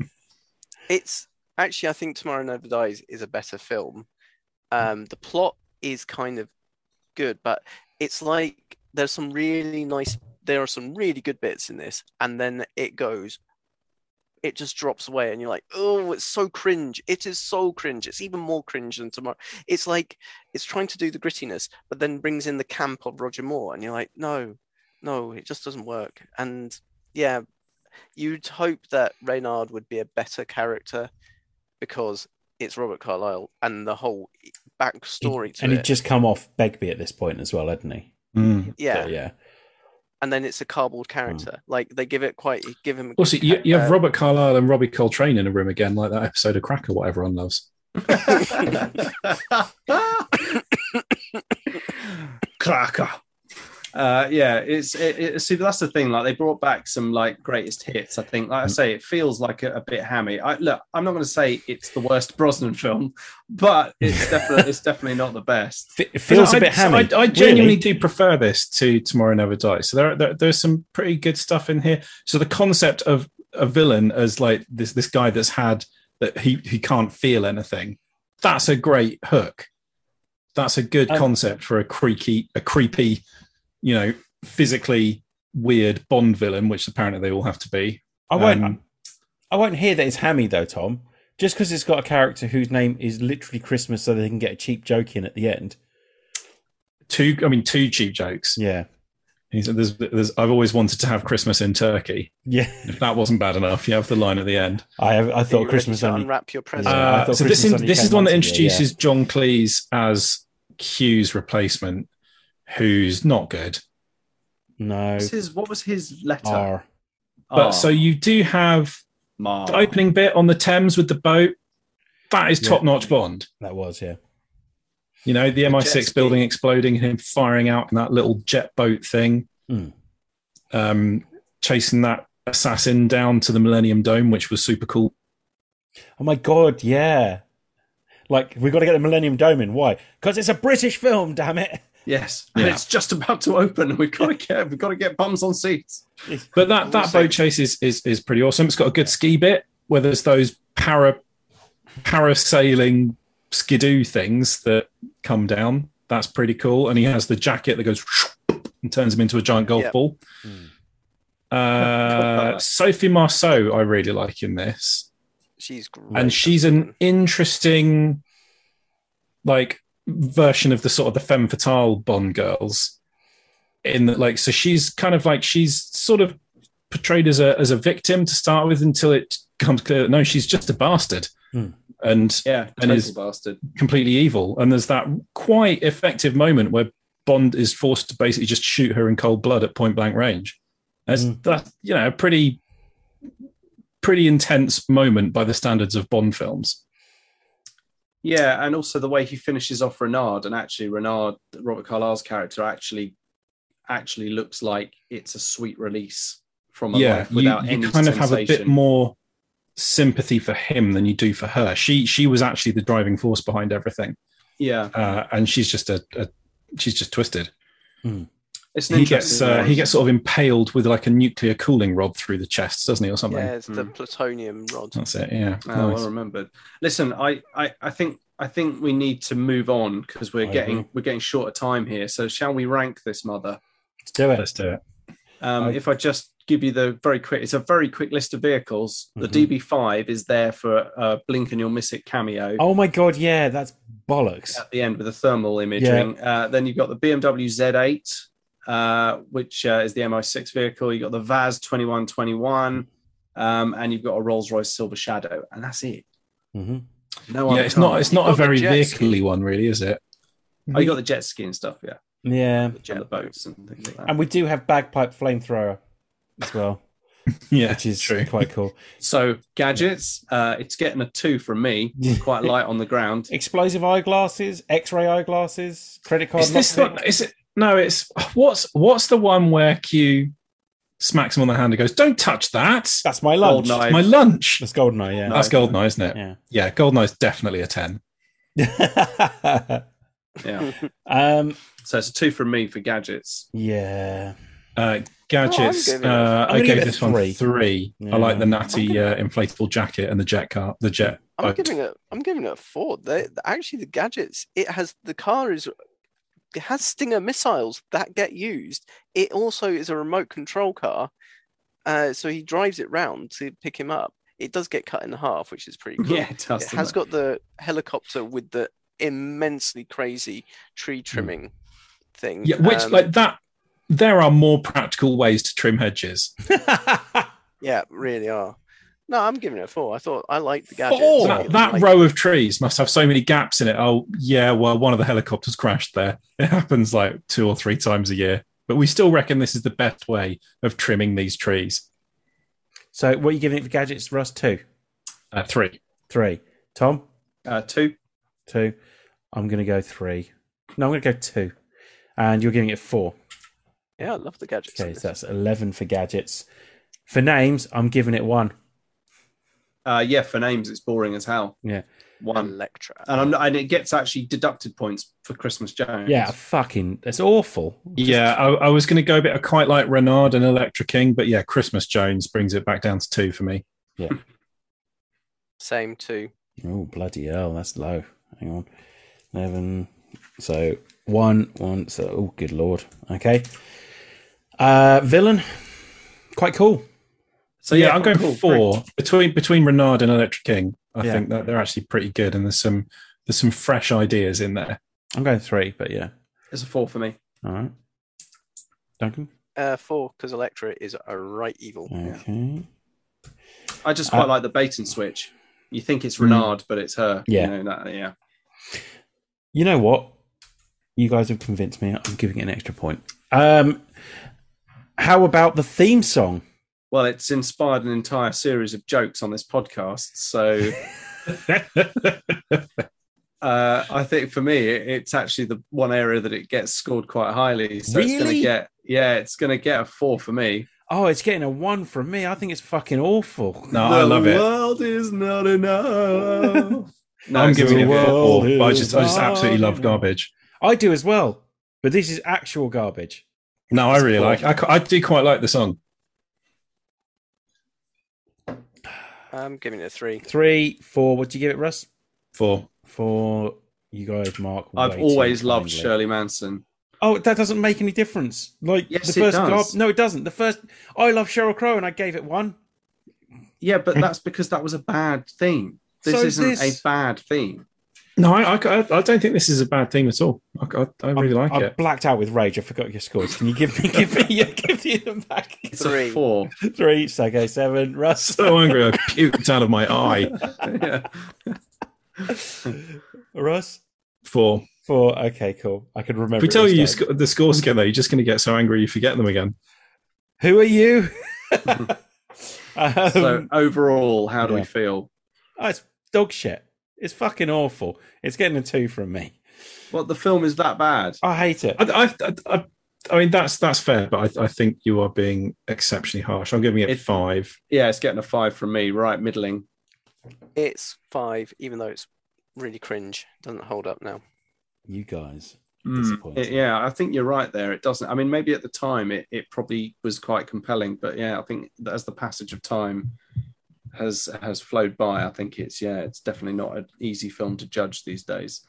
Speaker 4: it's actually I think Tomorrow Never Dies is a better film. Um, the plot is kind of good, but it's like there's some really nice. There are some really good bits in this, and then it goes. It just drops away, and you're like, "Oh, it's so cringe! It is so cringe! It's even more cringe than tomorrow." It's like it's trying to do the grittiness, but then brings in the camp of Roger Moore, and you're like, "No, no, it just doesn't work." And yeah, You'd hope that Reynard would be a better character because it's Robert Carlyle and the whole backstory to
Speaker 1: and
Speaker 4: it.
Speaker 1: he'd just come off Begbie at this point as well, hadn't he?
Speaker 3: Mm.
Speaker 4: yeah.
Speaker 1: So, yeah.
Speaker 4: and then it's a cardboard character.
Speaker 3: Hmm.
Speaker 4: Like they give it quite give him.
Speaker 3: Also, you, you have
Speaker 4: uh,
Speaker 3: Robert Carlyle and Robbie Coltrane in a room again, like that episode of Crack or whatever on loves.
Speaker 2: Cracker. Uh, yeah, it's it, it, see that's the thing. Like they brought back some like greatest hits. I think, like I say, it feels like a, a bit hammy. I look, I'm not going to say it's the worst Brosnan film, but it's definitely it's definitely not the best.
Speaker 1: F- It feels
Speaker 3: I-
Speaker 1: a bit
Speaker 3: so
Speaker 1: hammy.
Speaker 3: I, I genuinely
Speaker 1: really.
Speaker 3: do prefer this to Tomorrow Never Dies. So there, there, there's some pretty good stuff in here. So the concept of a villain as like this this guy that's had that he he can't feel anything. That's a great hook. That's a good
Speaker 1: Um,
Speaker 3: concept for a creaky, a creepy, you know, physically weird Bond villain, which apparently they all have to be.
Speaker 1: I won't.
Speaker 3: Um,
Speaker 1: I won't hear that it's hammy though, Tom. Just because it's got a character whose name is literally Christmas, so they can get a cheap joke in at the end.
Speaker 3: Two, I mean, two cheap jokes.
Speaker 1: Yeah.
Speaker 3: He said, there's, there's, I've always wanted to have Christmas in Turkey.
Speaker 1: Yeah. *laughs*
Speaker 3: If that wasn't bad enough, you have the line at the end.
Speaker 1: I have, I
Speaker 4: are you
Speaker 1: thought
Speaker 4: ready
Speaker 1: Christmas
Speaker 4: to
Speaker 1: only.
Speaker 4: unwrap your present.
Speaker 1: Yeah, I
Speaker 3: Uh,
Speaker 1: thought
Speaker 3: so this
Speaker 1: Christmas
Speaker 3: is
Speaker 1: only
Speaker 3: this is
Speaker 1: came
Speaker 3: one
Speaker 1: once
Speaker 3: that
Speaker 1: a year, yeah.
Speaker 3: introduces John Cleese as Q's replacement, who's not good.
Speaker 1: No.
Speaker 2: What's his, what was his letter?
Speaker 1: R.
Speaker 3: But
Speaker 2: Ah,
Speaker 3: so you do have
Speaker 2: Mar.
Speaker 3: the opening bit on the Thames with the boat. That is
Speaker 1: Ah. Yeah.
Speaker 3: top notch Bond.
Speaker 1: That was yeah.
Speaker 3: You know the
Speaker 2: jet
Speaker 3: MI6
Speaker 2: ski.
Speaker 3: building exploding and him firing out in that little jet boat thing,
Speaker 1: Mm.
Speaker 3: um, chasing that assassin down to the Millennium Dome, which was super cool.
Speaker 1: Oh my god, yeah. Like we got to get the Millennium Dome in. Why? Because it's a British film. Damn it.
Speaker 2: Yes, and
Speaker 3: *laughs* Yeah.
Speaker 2: it's just about to open, and we've got to get we've got to get bums on seats.
Speaker 3: But that that boat chase is, is is pretty awesome. It's got a good ski bit where there's those para parasailing skidoo things that come down. That's pretty cool. And he has the jacket that goes and turns him into a giant golf
Speaker 4: Yeah.
Speaker 3: ball. Uh, Sophie Marceau, I really like in this,
Speaker 4: she's great.
Speaker 3: and she's an interesting, like, version of the sort of the femme fatale Bond girls in that like so she's kind of like she's sort of portrayed as a as a victim to start with until it becomes clear that no she's just a bastard
Speaker 1: Hmm.
Speaker 3: and
Speaker 2: Yeah,
Speaker 3: And
Speaker 2: total
Speaker 3: his-
Speaker 2: bastard.
Speaker 3: completely evil and there's that quite effective moment where bond is forced to basically just shoot her in cold blood at point blank range that's
Speaker 1: Hmm.
Speaker 3: that's you know a pretty pretty intense moment by the standards of bond films
Speaker 2: Yeah, and also the way he finishes off Renard, and actually Renard, Robert Carlyle's character, actually actually looks like it's a sweet release from a
Speaker 3: yeah
Speaker 2: life
Speaker 3: you,
Speaker 2: without
Speaker 3: you
Speaker 2: any
Speaker 3: kind of have a bit
Speaker 2: sensation.
Speaker 3: more sympathy for him than you do for her she she was actually the driving force behind everything
Speaker 2: Yeah,
Speaker 3: uh, and she's just a, a she's just twisted.
Speaker 2: it's an
Speaker 3: He gets
Speaker 2: interesting
Speaker 3: uh,
Speaker 2: one.
Speaker 3: he gets sort of impaled with like a nuclear cooling rod through the chest, doesn't he, or something?
Speaker 4: yeah, it's the
Speaker 2: Mm.
Speaker 4: plutonium rod.
Speaker 3: That's it. Yeah.
Speaker 2: Oh,
Speaker 3: Nice.
Speaker 2: well remembered. Listen, I, I, I think I think we need to move on because we're
Speaker 1: I
Speaker 2: getting
Speaker 1: agree.
Speaker 2: we're getting short of time here. So shall we rank this mother?
Speaker 1: Let's do it.
Speaker 3: Let's do it.
Speaker 2: Um,
Speaker 1: I-
Speaker 2: If I just give you the very quick, it's a very quick list of vehicles.
Speaker 1: Mhm.
Speaker 2: The DB5 is there for a blink and you'll miss it cameo.
Speaker 1: Oh my god, yeah. That's bollocks.
Speaker 2: at the end with the thermal imaging. Uh, then you've got the BMW Z8, uh, which uh, is the MI6 vehicle. You've got the VAZ 2121, um, and you've got a Rolls Royce Silver Shadow, and that's it.
Speaker 1: hmm
Speaker 2: No,
Speaker 3: Yeah,
Speaker 2: other
Speaker 3: it's
Speaker 2: car.
Speaker 3: not it's not a
Speaker 4: Got the
Speaker 3: very
Speaker 4: jet ski.
Speaker 3: vehicle-y one, really, is it?
Speaker 2: Oh, you got the jet ski and stuff, yeah,
Speaker 1: Yeah. Um,
Speaker 2: the jet boats and things like that.
Speaker 1: And we do have bagpipe flamethrower as well,
Speaker 3: Yeah,
Speaker 1: which is
Speaker 3: true.
Speaker 1: quite cool.
Speaker 2: so gadgets, uh, it's getting a two from me. Quite light on the ground.
Speaker 1: Explosive eyeglasses, X-ray eyeglasses, credit card.
Speaker 3: Is this
Speaker 1: lock
Speaker 3: one?
Speaker 1: pick.
Speaker 3: Is it? No, it's what's what's the one where Q smacks him on the hand and goes, "Don't touch that.
Speaker 1: That's my lunch.
Speaker 2: Goldeneye.
Speaker 3: My lunch."
Speaker 1: That's Goldeneye. Yeah.
Speaker 2: No.
Speaker 3: That's Goldeneye, isn't it?
Speaker 1: Yeah.
Speaker 3: Yeah, Goldeneye's definitely a ten.
Speaker 1: *laughs*
Speaker 2: Yeah.
Speaker 1: um.
Speaker 2: so it's a two from me for gadgets.
Speaker 1: Yeah. *laughs*
Speaker 3: Uh, gadgets.
Speaker 4: Oh, I'm giving it-
Speaker 3: uh,
Speaker 1: I'm
Speaker 3: I
Speaker 1: gonna give
Speaker 3: gave
Speaker 1: it
Speaker 3: this
Speaker 1: three.
Speaker 3: one three.
Speaker 1: Yeah.
Speaker 3: I like the
Speaker 4: I'm
Speaker 3: natty
Speaker 4: gonna-
Speaker 3: uh, inflatable jacket and the jet car. The jet.
Speaker 4: I'm
Speaker 3: boat.
Speaker 4: giving it. I'm giving it a four. They, actually, the gadgets. It has the car is. It has Stinger missiles that get used. It also is a remote control car, uh, so he drives it round to pick him up. It does get cut in half, which is
Speaker 3: *laughs*
Speaker 4: pretty cool.
Speaker 2: Yeah, it does.
Speaker 4: it
Speaker 2: doesn't
Speaker 4: has
Speaker 2: it?
Speaker 4: got the helicopter with the immensely crazy tree trimming thing.
Speaker 3: Hmm. Yeah, which
Speaker 4: Um,
Speaker 3: like that. There are more practical ways to trim hedges.
Speaker 4: Yeah, really are. No, I'm giving it a four. I thought I liked the gadget.
Speaker 1: Four?
Speaker 3: That, that row of trees must have so many gaps in it. Oh, yeah, well, one of the helicopters crashed there. It happens like two or three times a year. But we still reckon this is the best way of trimming these trees.
Speaker 1: So, what are you giving it for gadgets, Russ? Two,
Speaker 3: Uh, three.
Speaker 1: three. Tom,
Speaker 2: Uh, two.
Speaker 1: two. I'm going to go three. No, I'm going to go two. And you're giving it four.
Speaker 4: yeah, I love the gadgets.
Speaker 1: Okay, so that's 11 for gadgets. For names, I'm giving it one.
Speaker 2: Uh, yeah, for names, it's boring as hell.
Speaker 1: Yeah.
Speaker 2: One.
Speaker 4: Electra.
Speaker 2: And, I'm, and it gets actually deducted points for Christmas Jones.
Speaker 1: Yeah, fucking, it's awful.
Speaker 3: yeah, I, I was going to go a bit. I quite like Renard and Electra King, but yeah, Christmas Jones brings it back down to two for me.
Speaker 4: Same two.
Speaker 1: Oh, bloody hell, that's low. Hang on. 11. So, one, one. So, oh, good lord. Okay. Uh, villain, quite cool.
Speaker 2: So
Speaker 3: yeah,
Speaker 2: yeah,
Speaker 3: I'm going
Speaker 2: cool.
Speaker 3: four between between Renard and Electric King. I
Speaker 1: Yeah.
Speaker 3: think that they're actually pretty good, and there's some there's some fresh ideas in there.
Speaker 1: I'm going three, but yeah.
Speaker 2: It's a four for me.
Speaker 1: All right. Duncan?
Speaker 4: Uh, four, because Electra is a right evil.
Speaker 1: Okay.
Speaker 2: I just quite
Speaker 1: Uh,
Speaker 2: like the bait and switch. You think it's
Speaker 1: Hmm.
Speaker 2: Renard, but it's her.
Speaker 1: Yeah.
Speaker 2: You know, that, yeah.
Speaker 1: You know what? You guys have convinced me. I'm giving it an extra point. Um, how about the theme song?
Speaker 2: Well, it's inspired an entire series of jokes on this podcast.
Speaker 1: *laughs*
Speaker 2: So uh, I think for me, it- it's actually the one area that it gets scored quite highly. So it's going
Speaker 1: Really?
Speaker 2: to get, yeah, it's going to get a four for me.
Speaker 1: Oh, it's getting a one from me. I think it's fucking awful.
Speaker 3: No, Oh, I love
Speaker 2: the
Speaker 3: it.
Speaker 2: world is not
Speaker 3: *laughs*
Speaker 2: enough. No,
Speaker 3: I'm
Speaker 2: it's
Speaker 3: giving
Speaker 2: all
Speaker 3: it
Speaker 1: the
Speaker 3: a
Speaker 2: good.
Speaker 1: world
Speaker 3: four. but I just I just
Speaker 1: is
Speaker 3: absolutely love
Speaker 1: mine.
Speaker 3: garbage.
Speaker 1: I do as well, but this is actual garbage.
Speaker 3: No, I
Speaker 2: It's
Speaker 3: really
Speaker 2: cool.
Speaker 3: like. I, qu- I do quite like the song.
Speaker 4: I'm giving it a three.
Speaker 1: Three, four. What do you give it, Russ?
Speaker 3: Four.
Speaker 1: Four. You guys, Mark. way
Speaker 2: I've
Speaker 1: too
Speaker 2: always loved
Speaker 1: kindly.
Speaker 2: Shirley Manson.
Speaker 1: Oh, that doesn't make any difference. Like
Speaker 2: Yes,
Speaker 1: the
Speaker 2: it
Speaker 1: first
Speaker 2: does.
Speaker 1: No, it doesn't. The first. I love Cheryl Crow, and I gave it one.
Speaker 2: Yeah, but that's because that was a bad *laughs* theme. This
Speaker 1: So is
Speaker 2: isn't
Speaker 1: this.
Speaker 2: a bad theme.
Speaker 3: No, I, I ca- I don't think this is a bad thing at all. I, I, I really like
Speaker 1: I
Speaker 3: it. *laughs*
Speaker 1: blacked out with rage. I forgot your scores. Can you give me *laughs* give me give me them back?
Speaker 2: It's
Speaker 4: Three.
Speaker 2: a *laughs* four.
Speaker 1: Three. So okay, seven. Russ.
Speaker 3: So angry, I puked out of my eye.
Speaker 2: yeah.
Speaker 1: Russ.
Speaker 3: Four.
Speaker 1: Four. Okay, cool. I can remember.
Speaker 3: If we
Speaker 1: it
Speaker 3: tell
Speaker 1: this
Speaker 3: you
Speaker 1: time.
Speaker 3: sc- the scores again, though, you're just going to get so angry you forget them again.
Speaker 1: Who are
Speaker 2: *laughs*
Speaker 1: you? um,
Speaker 2: so overall, how do
Speaker 1: yeah.
Speaker 2: we feel?
Speaker 1: oh, it's dog shit. It's fucking awful. It's getting a two from me.
Speaker 2: What the film is that bad?
Speaker 1: I hate it.
Speaker 3: I, I, I, I, I mean, that's that's fair, but I, I think you are being exceptionally harsh. I'm giving it
Speaker 2: It-
Speaker 3: five.
Speaker 2: Yeah, it's getting a five from me, right? Middling.
Speaker 4: It's five, even though it's really cringe. Doesn't hold up now.
Speaker 1: You guys.
Speaker 2: Mm.
Speaker 1: Disappointing.
Speaker 2: It- yeah, I think you're right there. It doesn't. I mean, maybe at the time it, it probably was quite compelling, but yeah, I think that as the passage of time has has flowed by, I think it's yeah, it's definitely not an easy film to judge these days.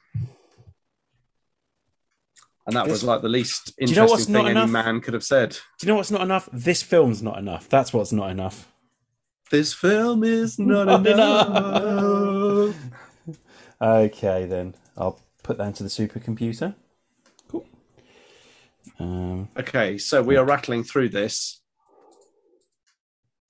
Speaker 2: And that was
Speaker 1: This-
Speaker 2: like the least
Speaker 1: you know
Speaker 2: interesting
Speaker 1: what's
Speaker 2: thing
Speaker 1: not
Speaker 2: any
Speaker 1: enough?
Speaker 2: man could have said.
Speaker 1: Do you know what's not enough? This film's not enough. That's what's not enough.
Speaker 2: This film
Speaker 1: *laughs*
Speaker 2: is not,
Speaker 1: Not
Speaker 2: enough.
Speaker 1: Okay, then I'll put that into the supercomputer. Cool. Um,
Speaker 2: Okay, so we are rattling through this.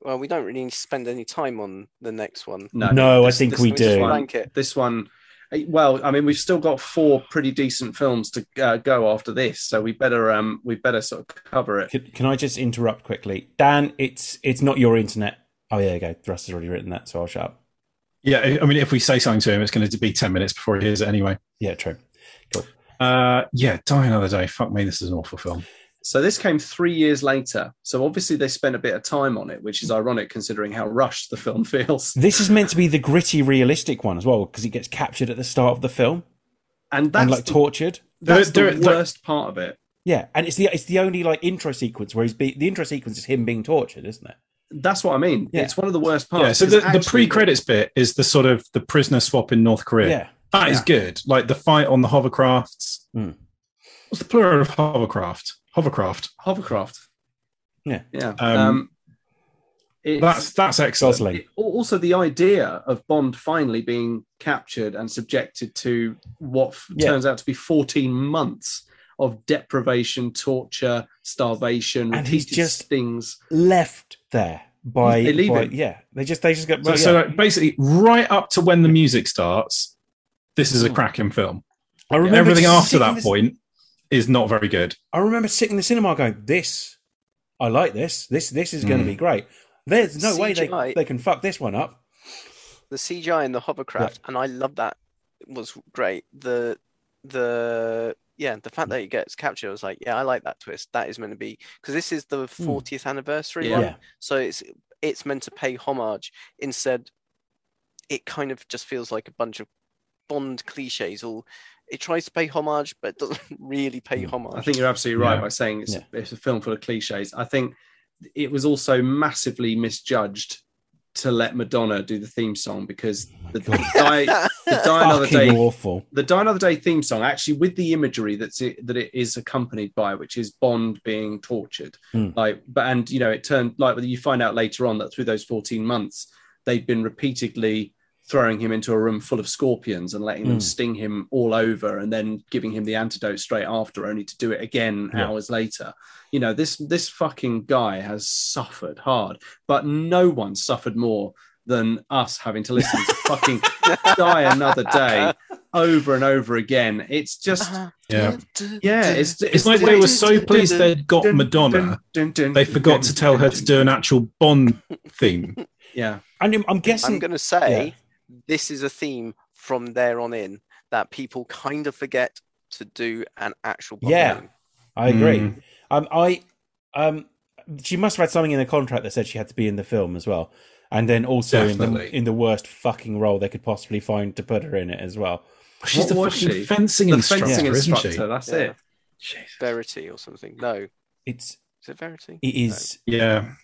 Speaker 4: Well, we don't really need to spend any time on the next one.
Speaker 2: No,
Speaker 1: no, I
Speaker 2: this-
Speaker 1: think
Speaker 2: this
Speaker 1: we
Speaker 2: is
Speaker 1: do.
Speaker 2: fine.
Speaker 4: Blanket.
Speaker 2: this one eh, well i mean we've still got four pretty decent films to uh, go after this so we better um we better sort of cover it
Speaker 1: Could, can I just interrupt quickly, Dan? It's it's not your internet. Oh yeah, okay. Russ has already written that, so I'll shut up.
Speaker 3: Yeah, I- I mean, if we say something to him, it's going to be 10 minutes before he hears it anyway.
Speaker 1: Yeah, true.
Speaker 3: Uh, yeah, Die Another Day. Fuck me, this is an awful film.
Speaker 2: so this came three years later so obviously they spent a bit of time on it which is ironic considering how rushed the film *laughs* feels
Speaker 1: This is meant to be the gritty, realistic one as well, because it gets captured at the start of the film
Speaker 2: and that's
Speaker 1: and like
Speaker 2: the,
Speaker 1: tortured.
Speaker 2: that's
Speaker 3: There-
Speaker 2: the
Speaker 3: there-
Speaker 2: worst part of it
Speaker 1: Yeah, and it's the it's the only like intro sequence where he's be, the intro sequence is him being tortured, isn't it?
Speaker 2: that's what i mean
Speaker 1: Yeah.
Speaker 2: it's one of the worst parts
Speaker 3: Yeah, so the,
Speaker 2: because
Speaker 3: the
Speaker 2: Oh, actually-
Speaker 3: pre credits bit is the sort of the prisoner swap in North Korea.
Speaker 1: Yeah,
Speaker 3: That is
Speaker 2: Yeah.
Speaker 3: good. Like the fight on the hovercrafts.
Speaker 1: Hmm.
Speaker 3: What's the plural of hovercraft? Hovercraft.
Speaker 2: hovercraft
Speaker 1: Yeah.
Speaker 2: yeah
Speaker 3: Um,
Speaker 2: um, it's-
Speaker 3: That's that's excellent.
Speaker 1: Gosling.
Speaker 2: It- al- also the idea of Bond finally being captured and subjected to what f-
Speaker 1: Yeah.
Speaker 2: turns out to be 14 months of deprivation, torture, starvation,
Speaker 1: And he's
Speaker 2: repeated
Speaker 1: just-
Speaker 2: stings.
Speaker 1: left there by,
Speaker 2: They leave
Speaker 1: by-
Speaker 2: it.
Speaker 1: yeah. They just they just get
Speaker 3: So,
Speaker 1: well,
Speaker 3: so
Speaker 1: yeah.
Speaker 3: like, basically, right up to when the music starts, this is a cracking film.
Speaker 1: I
Speaker 3: Everything
Speaker 1: just
Speaker 3: after
Speaker 1: sitting
Speaker 3: that
Speaker 1: in the-
Speaker 3: point is not very good.
Speaker 1: I remember sitting in the cinema going, "This, I like this. This this is going to
Speaker 3: Mm.
Speaker 1: be great." There's no way they
Speaker 4: CGI.
Speaker 1: they can fuck this one up.
Speaker 4: the CGI and the hovercraft, and I love that was great. The the yeah, the fact that it gets captured, I was like, yeah, I like that twist. That is meant to be because this is the
Speaker 1: Hmm.
Speaker 4: 40th anniversary
Speaker 2: Yeah.
Speaker 4: one,
Speaker 1: Oh
Speaker 4: so it's it's meant to pay homage. Instead, it kind of just feels like a bunch of Bond cliches. All it tries to pay homage, but it doesn't *laughs* really pay
Speaker 1: Mm.
Speaker 4: homage.
Speaker 2: I
Speaker 4: *laughs*
Speaker 2: think you're absolutely right
Speaker 3: Yeah.
Speaker 2: by saying it's, it's a film full of cliches. I think it was also massively misjudged to let Madonna do the theme song because the,
Speaker 1: Oh God.
Speaker 2: *laughs* die, the die another
Speaker 1: Fucking
Speaker 2: day
Speaker 1: awful.
Speaker 2: the Die Another Day theme song, actually, with the imagery that's it, that it is accompanied by, which is Bond being tortured.
Speaker 1: Hmm.
Speaker 2: Like, but and you know, it turned like you find out later on that through those fourteen months, they've been repeatedly throwing him into a room full of scorpions and letting them
Speaker 1: Hmm.
Speaker 2: sting him all over, and then giving him the antidote straight after, only to do it again
Speaker 1: Yeah.
Speaker 2: hours later. You know, this this fucking guy has suffered hard, but no one suffered more than us having to listen to fucking *laughs* Die Another Day over and over again. It's just
Speaker 4: Uh-huh.
Speaker 3: Yeah.
Speaker 2: yeah, it's
Speaker 3: It's like they were so pleased they'd got Madonna, they forgot to tell her to do an actual Bond theme.
Speaker 2: Yeah,
Speaker 1: And I'm, I'm guessing.
Speaker 4: I'm going to say this is a theme from there on in that people kind of forget to do an actual Bond
Speaker 1: Yeah.
Speaker 4: theme.
Speaker 1: I agree.
Speaker 3: Mm.
Speaker 1: Um, I um, she must have had something in the contract that said she had to be in the film as well, and then also in the,
Speaker 3: Definitely.
Speaker 1: in the worst fucking role they could possibly find to put her in it as well.
Speaker 3: She's
Speaker 2: What
Speaker 3: the
Speaker 2: was
Speaker 3: fucking
Speaker 2: she?
Speaker 3: fencing
Speaker 2: the
Speaker 3: instructor,
Speaker 2: fencing instructor.
Speaker 3: isn't she?
Speaker 2: That's
Speaker 4: Yeah.
Speaker 2: it.
Speaker 4: Verity or something. No,
Speaker 1: It's
Speaker 4: is it Verity?
Speaker 1: it is.
Speaker 3: Yeah.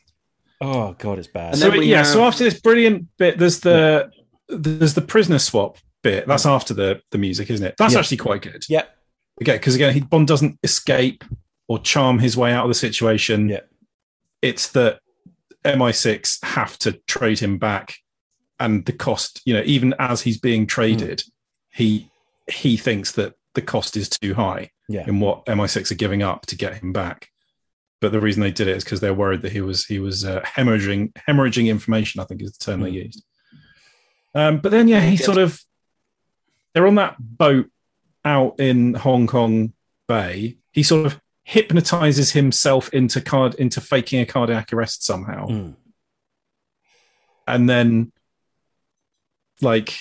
Speaker 1: Oh god, it's bad.
Speaker 2: And
Speaker 3: so
Speaker 2: then we
Speaker 3: yeah,
Speaker 2: have-
Speaker 3: so after this brilliant bit, there's the there's the prisoner swap bit. That's after the the music, isn't it? That's
Speaker 1: Yeah.
Speaker 3: actually quite good.
Speaker 1: yeah,
Speaker 3: Okay, because again, he, Bond doesn't escape or charm his way out of the situation.
Speaker 1: Yeah.
Speaker 3: It's that MI6 have to trade him back, and the cost. You know, even as he's being traded, he he thinks that the cost is too high
Speaker 1: yeah,
Speaker 3: in what MI6 are giving up to get him back. But the reason they did it is because they're worried that he was he was uh, hemorrhaging hemorrhaging information. I think is the term they used. Um, but then, Hmm. yeah, he sort of they're on that boat out in Hong Kong Bay. He sort of hypnotizes himself into card into faking a cardiac arrest somehow,
Speaker 1: Mm.
Speaker 3: and then like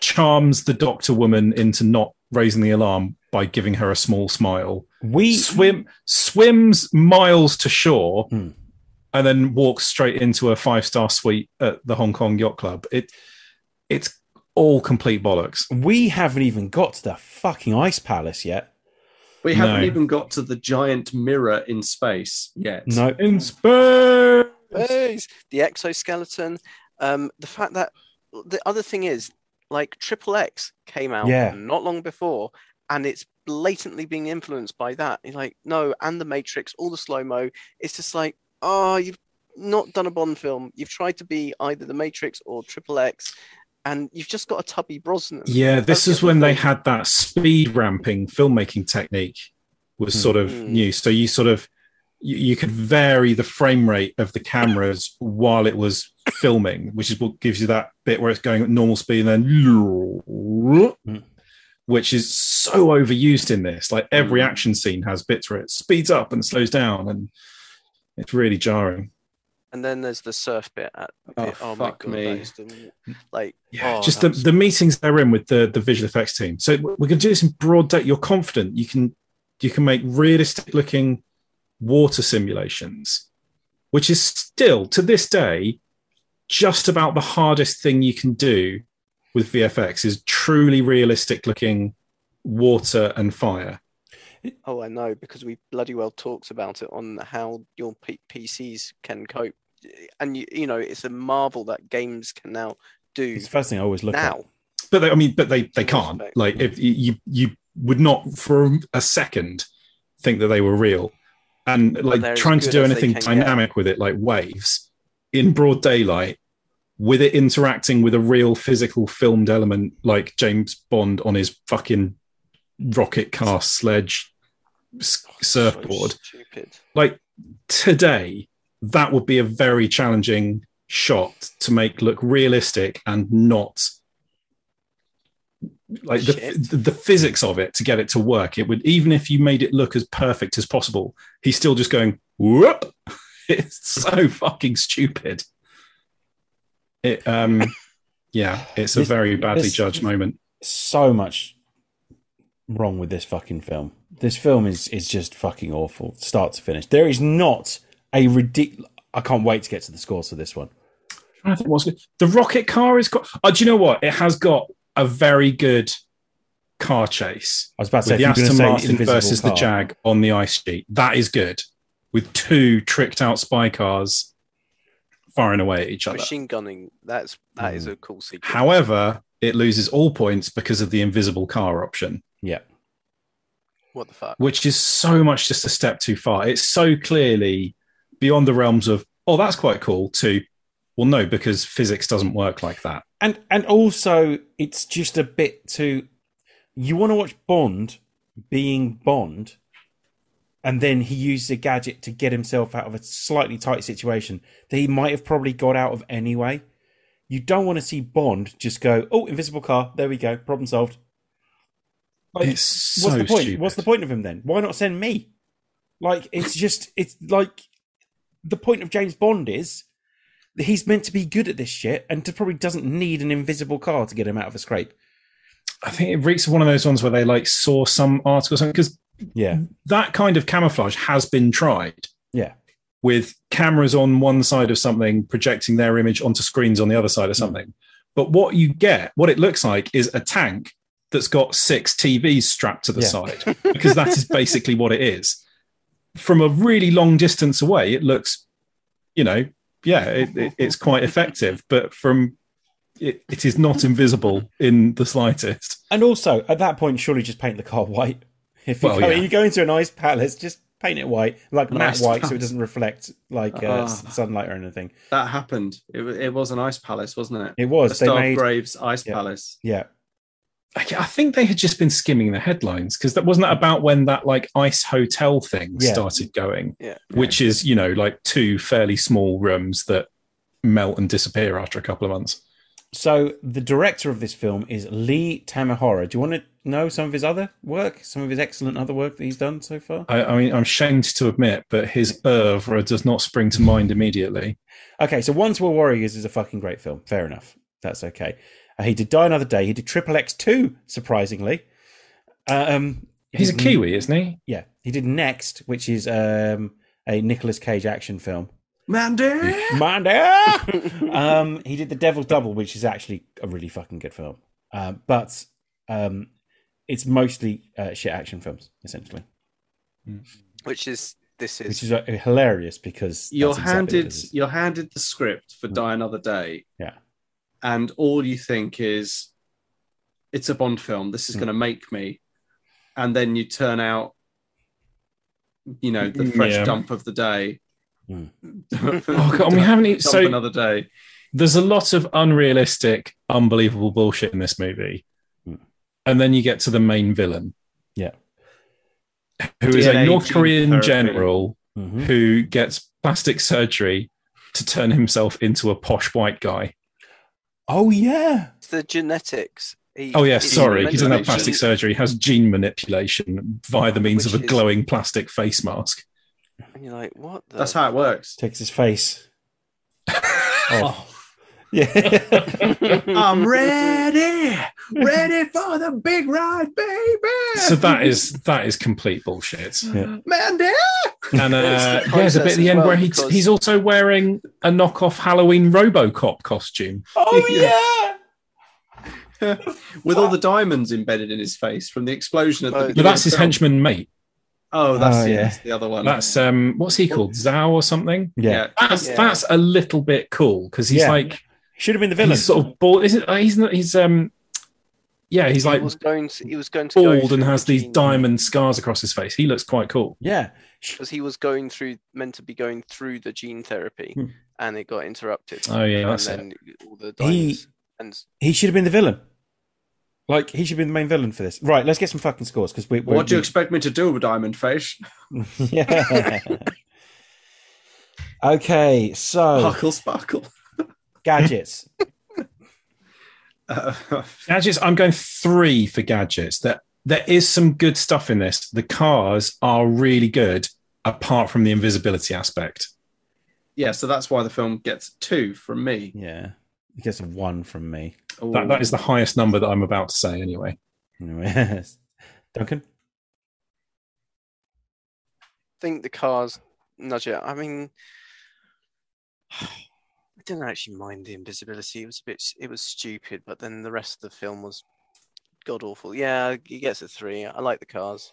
Speaker 3: charms the doctor woman into not raising the alarm by giving her a small smile
Speaker 1: We
Speaker 3: swim swims miles to shore
Speaker 1: Hmm.
Speaker 3: and then walks straight into a five star suite at the Hong Kong Yacht Club. It it's all complete bollocks.
Speaker 1: we haven't even got to the fucking ice palace yet.
Speaker 2: We haven't
Speaker 3: No.
Speaker 2: even got to the giant mirror in space yet.
Speaker 1: No,
Speaker 3: In space.
Speaker 4: Yes. The exoskeleton. Um, the fact that the other thing is, like Triple X came out
Speaker 1: Yeah.
Speaker 4: not long before, and it's blatantly being influenced by that. You're like, no, and the Matrix, all the slow mo. It's just like, oh, you've not done a Bond film. You've tried to be either the Matrix or Triple X, and you've just got a tubby Brosnan.
Speaker 3: Yeah, this
Speaker 4: That's
Speaker 3: is
Speaker 4: the
Speaker 3: when they
Speaker 4: thing.
Speaker 3: had that speed ramping filmmaking technique was
Speaker 1: Hmm.
Speaker 3: sort of
Speaker 4: Hmm.
Speaker 3: new. So you sort of you, you could vary the frame rate of the cameras while it was filming, which is what gives you that bit where it's going at normal speed and then
Speaker 4: Hmm.
Speaker 3: which is so overused in this. Like every
Speaker 2: Hmm.
Speaker 3: action scene has bits where it speeds up and slows down and it's really jarring.
Speaker 4: And then there's the surf bit. At,
Speaker 2: Oh,
Speaker 4: bit. oh my
Speaker 2: fuck
Speaker 4: god,
Speaker 2: me.
Speaker 4: that is the- like
Speaker 3: Yeah,
Speaker 4: oh,
Speaker 3: just the,
Speaker 4: that was-
Speaker 3: the meetings they're in with the, the visual effects team. So we're going to do this in broad day. You're confident you can you can make realistic looking water simulations, which is still to this day just about the hardest thing you can do with VFX is truly realistic looking water and fire.
Speaker 4: Oh, I know, because we bloody well talked about it on how your P- PCs can cope. And you, you know, it's a marvel that games can now do
Speaker 1: it's the first thing I always look at.
Speaker 4: now.
Speaker 3: But they, I mean, but they they can't.
Speaker 4: Respect.
Speaker 3: Like if you you would not for a second think that they were real, and
Speaker 4: they're
Speaker 3: like
Speaker 4: as
Speaker 3: trying to
Speaker 4: good
Speaker 3: do
Speaker 4: as they
Speaker 3: anything
Speaker 4: can get.
Speaker 3: dynamic with it, like waves in broad daylight, with it interacting with a real physical filmed element, like James Bond on his fucking rocket car sledge s-
Speaker 4: Oh, it's so
Speaker 3: surfboard.
Speaker 4: stupid.
Speaker 3: Like today, that would be a very challenging shot to make look realistic and not like the,
Speaker 4: Shit.
Speaker 3: the, the physics of it to get it to work. It would even if you made it look as perfect as possible, he's still just going whoop. *laughs*
Speaker 1: *laughs*
Speaker 3: It's so fucking stupid. It um yeah, it's a
Speaker 1: This-
Speaker 3: very badly
Speaker 1: this-
Speaker 3: judged moment.
Speaker 1: so much wrong with this fucking film. This film is is just fucking awful, start to finish. There is not a ridiculous. I can't wait to get to the scores for this one.
Speaker 3: I think what's good. The rocket car is quite. Oh, do you know what? It has got a very good car chase
Speaker 1: I was about to say
Speaker 3: with
Speaker 1: if
Speaker 3: the
Speaker 1: you're going to
Speaker 3: Aston
Speaker 1: say
Speaker 3: Martin
Speaker 1: invisible
Speaker 3: versus the
Speaker 1: car,
Speaker 3: Jag on the ice sheet. That is good. With two tricked out spy cars firing away at each other.
Speaker 4: Machine gunning. That's that
Speaker 3: Hmm.
Speaker 4: is a cool sequence.
Speaker 3: However, it loses all points because of the invisible car option,
Speaker 1: yeah,
Speaker 4: what the fuck?
Speaker 3: which is so much just a step too far. It's so clearly beyond the realms of, oh, that's quite cool, to, well, no, because physics doesn't work like that.
Speaker 1: and and also it's just a bit too. You want to watch Bond being Bond, and then he uses a gadget to get himself out of a slightly tight situation that he might have probably got out of anyway. You don't want to see Bond just go, "Oh, invisible car, there we go, problem solved." Like,
Speaker 3: It's so
Speaker 1: what's the point?
Speaker 3: stupid.
Speaker 1: What's the point of him then? Why not send me? Like it's just it's like the point of James Bond is that he's meant to be good at this shit and to probably doesn't need an invisible car to get him out of a scrape.
Speaker 3: I think it reeks one of those ones where they like saw some article or something because
Speaker 1: Yeah.
Speaker 3: that kind of camouflage has been tried.
Speaker 1: Yeah.
Speaker 3: With cameras on one side of something projecting their image onto screens on the other
Speaker 1: Mm.
Speaker 3: side of something. But what you get, what it looks like, is a tank that's got six TVs strapped to the
Speaker 1: Yeah. *laughs*
Speaker 3: side because that is basically what it is. From a really long distance away, it looks, you know, yeah, it, it, it's quite effective. But from it, it is not invisible in the slightest.
Speaker 1: And also at that point surely just paint the car white. *laughs* If you,
Speaker 3: Well,
Speaker 1: go,
Speaker 3: yeah.
Speaker 1: you go into an ice palace, just paint it white, like
Speaker 2: Nice.
Speaker 1: matte white so it doesn't reflect like uh,
Speaker 2: Ah.
Speaker 1: s- sunlight or anything.
Speaker 2: That happened. It, wa- it was an ice palace, wasn't it?
Speaker 1: It was.
Speaker 2: The
Speaker 1: they
Speaker 2: Star
Speaker 1: made
Speaker 2: Graves Ice
Speaker 1: Yeah.
Speaker 2: Palace.
Speaker 1: Yeah.
Speaker 3: I I think they had just been skimming the headlines because that wasn't that about when that like ice hotel thing
Speaker 1: Yeah.
Speaker 3: started going,
Speaker 4: Yeah.
Speaker 3: which is you know like two fairly small rooms that melt and disappear after a couple of months.
Speaker 1: So the director of this film is Lee Tamahora. Do you want to know some of his other work? Some of his excellent other work that he's done so far?
Speaker 3: I, I mean, I'm shamed to admit, but his oeuvre does not spring to mind immediately.
Speaker 1: Okay, so Once Were Warriors is a fucking great film. Fair enough. That's okay. Uh, he did Die Another Day. He did Triple X 2, surprisingly. Um,
Speaker 3: He's a
Speaker 1: his-
Speaker 3: Kiwi, isn't he?
Speaker 1: Yeah. He did Next, which is um, a Nicolas Cage action film.
Speaker 2: Mandy!
Speaker 1: Mind ah! *laughs* um, he did the Devil Double, which is actually a really fucking good film. Uh, but um, it's mostly uh, shit action films, essentially,
Speaker 4: Which is this is,
Speaker 1: which is uh, hilarious because that's
Speaker 2: You're
Speaker 1: exactly what
Speaker 2: handed
Speaker 1: this is.
Speaker 2: you're handed the script
Speaker 3: Mm.
Speaker 2: for Die Another Day.
Speaker 1: Yeah.
Speaker 2: And all you think is it's a Bond film. This is
Speaker 1: Mm.
Speaker 2: gonna make me. And then you turn out you know, the fresh
Speaker 3: Mm, Yeah.
Speaker 2: dump of the day. *laughs*
Speaker 1: Mm.
Speaker 3: Oh god, and we haven't. Even,
Speaker 2: dump
Speaker 3: so
Speaker 2: another day.
Speaker 3: there's a lot of unrealistic, unbelievable bullshit in this movie.
Speaker 1: Hmm.
Speaker 3: And then you get to the main villain.
Speaker 1: Yeah.
Speaker 3: Who is
Speaker 2: DNA
Speaker 3: a North
Speaker 2: gene
Speaker 3: Korean
Speaker 2: therapy.
Speaker 3: general
Speaker 1: Mhm.
Speaker 3: who gets plastic surgery to turn himself into a posh white guy.
Speaker 1: Oh yeah,
Speaker 4: it's the genetics. He-
Speaker 3: Oh, yeah,
Speaker 4: he-
Speaker 3: sorry. He doesn't have
Speaker 4: manipulation.
Speaker 3: plastic surgery, he has gene manipulation via the means
Speaker 4: Which
Speaker 3: of a
Speaker 4: is-
Speaker 3: glowing plastic face
Speaker 4: *laughs*
Speaker 3: mask.
Speaker 4: And you're like, what? The?
Speaker 2: That's how *laughs* it works.
Speaker 1: takes his face.
Speaker 2: Oh,
Speaker 3: *laughs*
Speaker 1: Yeah.
Speaker 2: I'm ready, ready for the big ride, baby.
Speaker 3: So that is that is complete
Speaker 4: *laughs*
Speaker 3: bullshit.
Speaker 2: Mandy.
Speaker 3: And
Speaker 4: It's
Speaker 3: uh,
Speaker 4: the
Speaker 3: yeah, there's a bit
Speaker 4: process
Speaker 3: at the
Speaker 4: as
Speaker 3: end
Speaker 4: well,
Speaker 3: where he's,
Speaker 4: because-
Speaker 3: he's also wearing a knockoff Halloween Robocop costume. *laughs*
Speaker 1: oh
Speaker 2: with all the diamonds embedded in his face from the explosion at the
Speaker 4: Oh,
Speaker 2: beginning.
Speaker 3: But that's his
Speaker 2: of the film.
Speaker 3: henchman mate.
Speaker 2: Oh, that's,
Speaker 1: Oh,
Speaker 2: yeah,
Speaker 1: yeah.
Speaker 2: that's the other one.
Speaker 3: That's um, what's he called? Zhao or something?
Speaker 1: yeah,
Speaker 3: That's
Speaker 4: Yeah.
Speaker 3: that's a little bit cool because he's
Speaker 1: Yeah.
Speaker 3: like
Speaker 1: Should have been the villain.
Speaker 3: he's sort of bald. Is it? uh, He's not. He's um, yeah, he's like
Speaker 4: he was going to, he was going to go
Speaker 3: bald and
Speaker 4: through
Speaker 3: has
Speaker 4: the
Speaker 3: these
Speaker 4: gene-
Speaker 3: diamond scars across his face. He looks quite cool.
Speaker 1: yeah,
Speaker 4: because he was going through meant to be going through the gene therapy
Speaker 1: Hmm.
Speaker 4: and it got interrupted
Speaker 3: Oh yeah,
Speaker 4: and
Speaker 3: that's it.
Speaker 4: then all the
Speaker 1: He-
Speaker 4: diamonds and
Speaker 1: he should have been the villain. Like he should have been the main villain for this. Right, let's get some fucking scores because we.
Speaker 2: what do you
Speaker 1: we-
Speaker 2: expect me to do with diamond face?
Speaker 1: yeah. *laughs* Okay,
Speaker 3: Oh. *laughs*
Speaker 1: so
Speaker 2: Sparkle, sparkle. *laughs*
Speaker 1: gadgets.
Speaker 2: Uh,
Speaker 3: Gadgets, I'm going three for gadgets. That there is some good stuff in this. The cars are really good, apart from the invisibility aspect.
Speaker 2: yeah, so that's why the film gets two from me.
Speaker 1: Yeah, it gets a one from me.
Speaker 3: That, that is the highest number that I'm about to say, anyway.
Speaker 1: Anyways. *laughs* Duncan.
Speaker 4: think the cars nudge it. I mean, *sighs* I didn't actually mind the invisibility. It was a bit, it was stupid, but then the rest of the film was god awful. Yeah, he gets a three. I like the cars.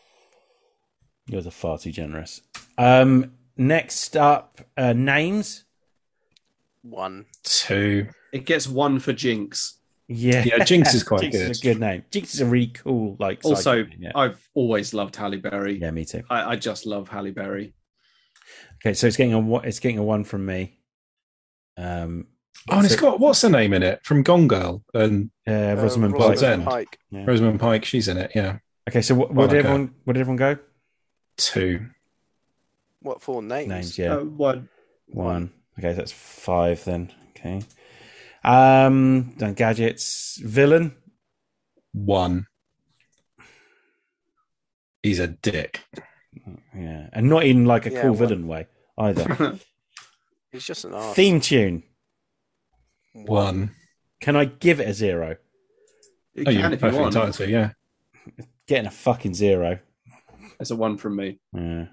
Speaker 1: You guys are far too generous. Um, next up, uh, names.
Speaker 4: One.
Speaker 3: Two.
Speaker 2: It gets one for Jinx.
Speaker 1: Yeah,
Speaker 3: Yeah, Jinx is
Speaker 1: *laughs*
Speaker 3: quite
Speaker 1: Jinx
Speaker 3: good.
Speaker 1: Is a good name. Jinx is a really cool like.
Speaker 2: Also,
Speaker 1: psychic name, yeah.
Speaker 2: I've always loved Halle Berry.
Speaker 1: yeah, me too.
Speaker 2: I, I just love Halle Berry.
Speaker 1: Okay, so it's getting a wa- it's getting a one from me. Um,
Speaker 3: Oh, and it's
Speaker 1: So-
Speaker 3: got what's her name in it from Gone Girl and
Speaker 1: uh,
Speaker 4: Uh,
Speaker 1: Rosamund Pike.
Speaker 3: Rosamund Pike. End.
Speaker 4: Pike.
Speaker 3: Rosamund Pike. She's in it. Yeah,
Speaker 1: Okay, so what, what
Speaker 3: Oh, okay.
Speaker 1: did everyone what did everyone go?
Speaker 3: two.
Speaker 4: What for names?
Speaker 1: Names, yeah,
Speaker 4: Oh.
Speaker 2: Uh, *laughs* one.
Speaker 1: one. Okay, so that's five then. Okay, um, done gadgets. Villain.
Speaker 3: One. He's a dick.
Speaker 1: Yeah, and not in like a
Speaker 4: Yeah,
Speaker 1: cool
Speaker 4: one.
Speaker 1: villain way
Speaker 4: *laughs*
Speaker 1: either.
Speaker 3: Oh,
Speaker 4: It's just an arse.
Speaker 1: Theme tune.
Speaker 3: One.
Speaker 1: Can I give it a zero?
Speaker 2: You
Speaker 3: Oh,
Speaker 2: can
Speaker 3: you're
Speaker 2: if you
Speaker 3: perfectly
Speaker 2: want.
Speaker 3: entitled to. Yeah.
Speaker 1: Getting a fucking zero.
Speaker 2: It's a one from me.
Speaker 1: Yeah.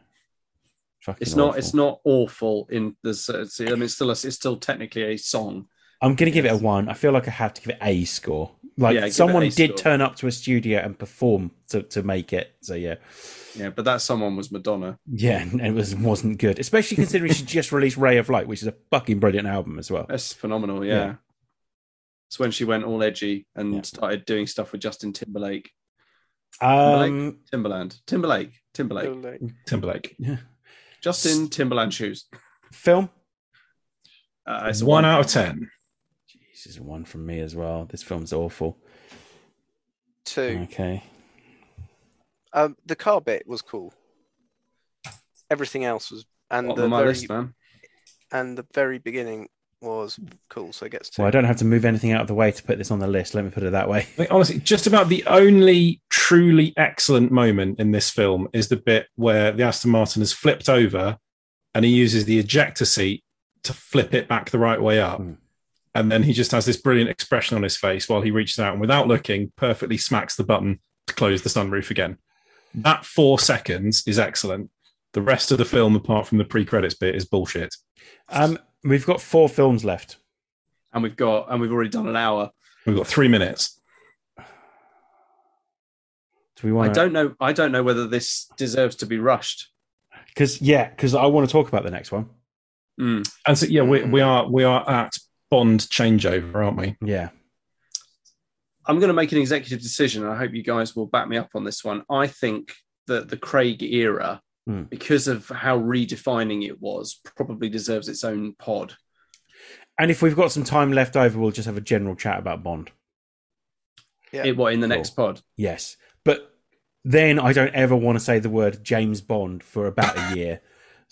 Speaker 1: Fucking
Speaker 2: It's not.
Speaker 1: awful.
Speaker 2: It's not awful in the. s- I mean, it's still. A, it's still technically a song.
Speaker 1: I'm gonna give it a one. I feel like I have to give it a score. Like
Speaker 2: Yeah, give it
Speaker 1: someone
Speaker 2: a
Speaker 1: did
Speaker 2: score.
Speaker 1: turn up to a studio and perform to, to make it. So yeah,
Speaker 2: Yeah, but that someone was Madonna.
Speaker 1: yeah, and it was wasn't good. Especially considering she just released Ray of Light, which is a fucking brilliant album as well.
Speaker 2: That's phenomenal. Yeah.
Speaker 1: Yeah.
Speaker 2: It's when she went all edgy and
Speaker 1: Yeah.
Speaker 2: started doing stuff with Justin Timberlake. Uh,
Speaker 1: Um,
Speaker 2: Timberland. Timberlake. Timberlake.
Speaker 4: Like,
Speaker 3: Timberlake.
Speaker 2: Justin Timberland shoes.
Speaker 1: film.
Speaker 2: Uh, it's a
Speaker 3: one out of ten.
Speaker 1: Jesus, one from me as well. This film's awful.
Speaker 4: two.
Speaker 1: Okay,
Speaker 4: Um, the car bit was cool. Everything else was, and
Speaker 2: Bottom
Speaker 4: the
Speaker 2: of my
Speaker 4: very
Speaker 2: list, man.
Speaker 4: and the very beginning was cool. So it gets two.
Speaker 1: so I don't have to move anything out of the way to put this on the list. Let me put it that way.
Speaker 3: Like, honestly, just about the only truly excellent moment in this film is the bit where the Aston Martin has flipped over and he uses the ejector seat to flip it back the right way up.
Speaker 1: Hmm.
Speaker 3: And then he just has this brilliant expression on his face while he reaches out and without looking, perfectly smacks the button to close the sunroof again. That four seconds is excellent. The rest of the film, apart from the pre credits bit, is bullshit.
Speaker 1: Um, we've got four films left.
Speaker 2: And we've got. And we've already done an hour.
Speaker 3: We've got three minutes.
Speaker 1: Do we want?
Speaker 2: I don't know. I don't know whether this deserves to be rushed.
Speaker 1: because yeah, because I want to talk about the next one. Hmm.
Speaker 2: Mm.
Speaker 3: And so, yeah, we, we are we are at Bond changeover, aren't we?
Speaker 1: Yeah,
Speaker 2: I'm going to make an executive decision, and I hope you guys will back me up on this one. I think that the Craig era,
Speaker 1: Mm.
Speaker 2: because of how redefining it was, probably deserves its own pod.
Speaker 1: and if we've got some time left over, we'll just have a general chat about Bond.
Speaker 4: Yeah.
Speaker 2: It what in the
Speaker 1: Cool.
Speaker 2: next pod?
Speaker 1: Yes, but then I don't ever want to say the word James Bond for about a year.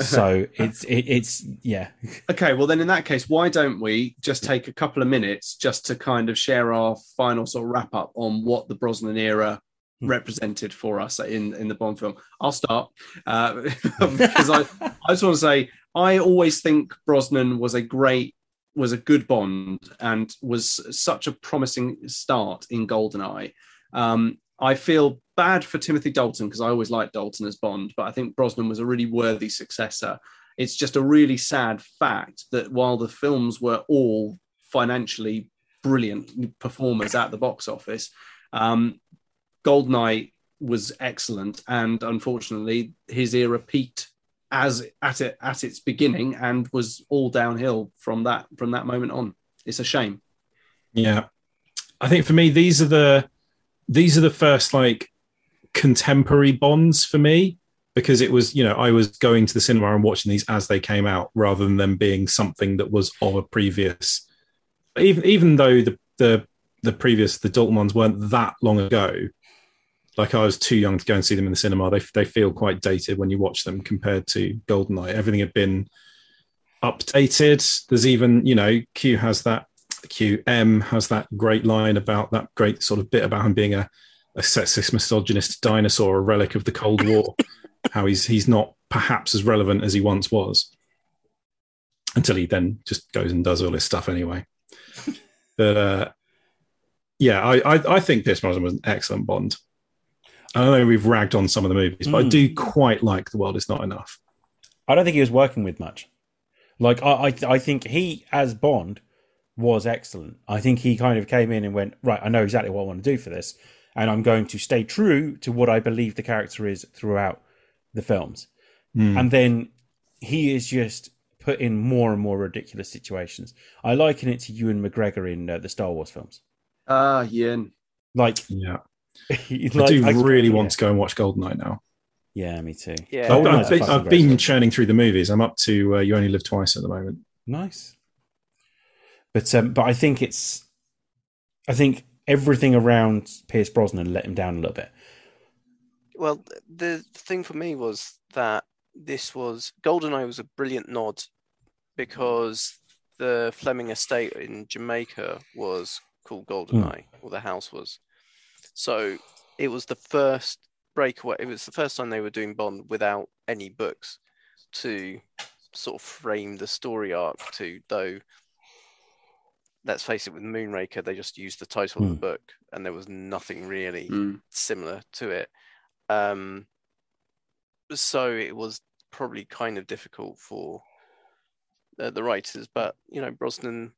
Speaker 1: So it's it, it's yeah.
Speaker 2: Okay, well then in that case, why don't we just take a couple of minutes just to kind of share our final sort of wrap up on what the Brosnan era
Speaker 1: Hmm.
Speaker 2: represented for us in in the Bond film? I'll start uh, because I I just want to say I always think Brosnan was a great was a good Bond and was such a promising start in Goldeneye. Um, I feel bad for Timothy Dalton because I always liked Dalton as Bond, but I think Brosnan was a really worthy successor. It's just a really sad fact that while the films were all financially brilliant performers at the box office, um, Goldeneye was excellent, and unfortunately, his era peaked as at it at its beginning and was all downhill from that from that moment on. It's a shame.
Speaker 3: Yeah. I think for me these are the these are the first like contemporary bonds for me because it was, you know, I was going to the cinema and watching these as they came out rather than them being something that was of a previous even even though the the the previous the Dalton ones weren't that long ago. Like I was too young to go and see them in the cinema. They they feel quite dated when you watch them compared to Goldeneye. Everything had been updated. There's even, you know, Q has that QM has that great line about that great sort of bit about him being a, a sexist misogynist dinosaur, a relic of the Cold War. how he's he's not perhaps as relevant as he once was. Until he then just goes and does all this stuff anyway. But uh yeah, I I, I think Pierce Brosnan was an excellent Bond. I know we've ragged on some of the movies, but I
Speaker 1: Mm.
Speaker 3: do quite like The World Is Not Enough.
Speaker 1: I don't think he was working with much. Like I, I, I think he as Bond was excellent. I think he kind of came in and went right. I know exactly what I want to do for this, and I'm going to stay true to what I believe the character is throughout the films.
Speaker 3: Mm.
Speaker 1: And then he is just put in more and more ridiculous situations. I liken it to Ewan McGregor in uh, the Star Wars films.
Speaker 2: Ah, Ian.
Speaker 1: Like,
Speaker 3: Yeah,
Speaker 1: he-
Speaker 3: I
Speaker 1: like-
Speaker 3: do really
Speaker 1: yeah.
Speaker 3: want to go and watch Goldeneye now.
Speaker 1: Yeah, me too.
Speaker 4: Yeah.
Speaker 3: I've,
Speaker 1: Goldeneye's
Speaker 3: I've
Speaker 1: a
Speaker 3: been,
Speaker 1: fucking
Speaker 3: I've
Speaker 1: great
Speaker 3: been
Speaker 1: film.
Speaker 3: churning through the movies. I'm up to uh, You Only Live Twice at the moment.
Speaker 1: Nice. But um, but I think it's I think everything around Pierce Brosnan let him down a little bit.
Speaker 4: Well, th- the thing for me was that this was Goldeneye was a brilliant nod because the Fleming estate in Jamaica was called Goldeneye, or the house was. So it was the first breakaway. It was the first time they were doing Bond without any books to sort of frame the story arc to, though. Let's face it, with Moonraker, they just used the title of the
Speaker 1: Hmm.
Speaker 4: book, and there was nothing really
Speaker 2: Mm.
Speaker 4: similar to it. Um, so it was probably kind of difficult for uh, the writers, but you know, Brosnan.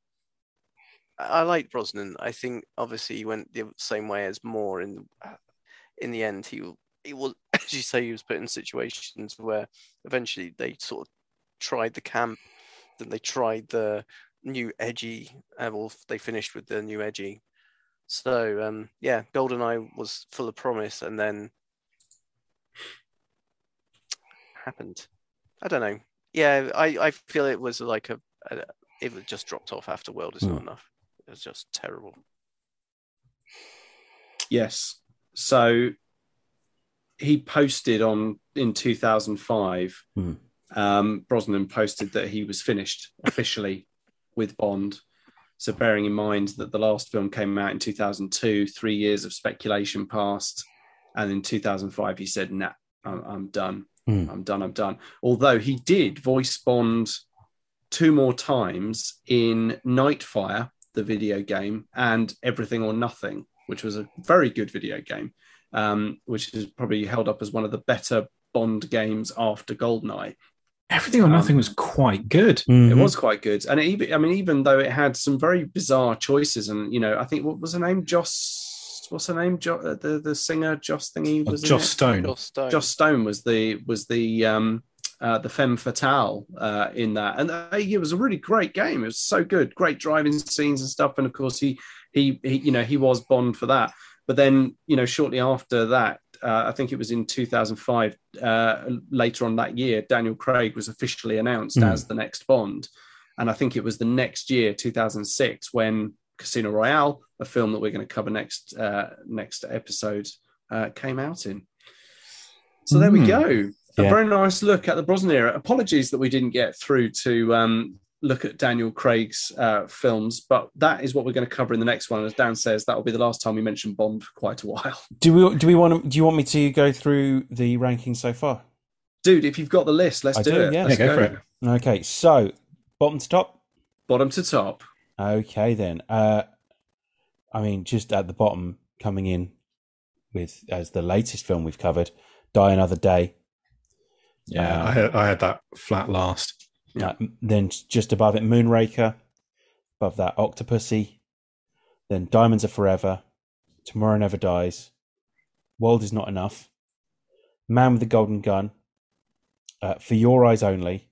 Speaker 4: I I like Brosnan. I think obviously he went the same way as Moore. In uh, in the end, he he was *coughs* as you say he was put in situations where eventually they sort of tried the camp, then they tried the new edgy. Uh, well, they finished with the new edgy so um, yeah, Goldeneye was full of promise, and then happened. I don't know. Yeah, I, I feel it was like a, a it was just dropped off after World is not
Speaker 3: Hmm.
Speaker 4: enough. It was just terrible.
Speaker 2: Yes. So he posted on in 2005.
Speaker 1: Hmm.
Speaker 2: Um, Brosnan posted that he was finished officially with Bond. So bearing in mind that the last film came out in 2002, three years of speculation passed, and in 2005 he said, "Nah, I'm, I'm done.
Speaker 1: Hmm.
Speaker 2: I'm done. I'm done." Although he did voice Bond two more times in Nightfire, the video game, and Everything or Nothing, which was a very good video game, um, which is probably held up as one of the better Bond games after Goldeneye.
Speaker 3: Everything or
Speaker 2: Um,
Speaker 3: Nothing was quite good.
Speaker 2: It was quite good, and it, even- I mean, even though it had some very bizarre choices, and you know, I think what was her name, Joss. What's her name? Jo- uh, the the singer Joss thingy
Speaker 3: Uh,
Speaker 2: was in
Speaker 3: Joss
Speaker 2: it?
Speaker 3: Stone.
Speaker 4: Joss Stone.
Speaker 2: Joss Stone was the was the um, uh, the femme fatale uh, in that, and uh, it was a really great game. It was so good, great driving scenes and stuff. And of course, he he, he you know he was Bond for that. But then you know shortly after that, uh, I think it was in 2005. Uh, later on that year, Daniel Craig was officially
Speaker 3: Hmm.
Speaker 2: announced
Speaker 1: Mm.
Speaker 2: as the next Bond, and I think it was the next year, 2006, when Casino Royale, a film that we're going to cover next uh, next episode, uh, came out in. So there we
Speaker 3: Hmm.
Speaker 2: go. A
Speaker 1: Yeah.
Speaker 2: very nice look at the Brosnan era. Apologies that we didn't get through to um, look at Daniel Craig's uh, films, but that is what we're going to cover in the next one. As Dan says, that will be the last time we mention Bond for quite a while. *laughs*
Speaker 1: Do we do we want to, do you want me to go through the rankings so far?
Speaker 2: Dude, if you've got the list, let's
Speaker 1: I
Speaker 2: do,
Speaker 1: do,
Speaker 2: it.
Speaker 1: yeah.
Speaker 3: Yeah,
Speaker 2: Let's
Speaker 3: go for it.
Speaker 1: Okay, so bottom to top.
Speaker 2: Bottom to top.
Speaker 1: Okay then. Uh I mean just at the bottom coming in with as the latest film we've covered, Die Another Day.
Speaker 3: Yeah,
Speaker 1: Uh,
Speaker 3: I, had, I had that flat last.
Speaker 1: Uh, then just above it, Moonraker. Above that, Octopussy. Then Diamonds Are Forever. Tomorrow Never Dies. World Is Not Enough. Man with the Golden Gun. Uh, For Your Eyes Only.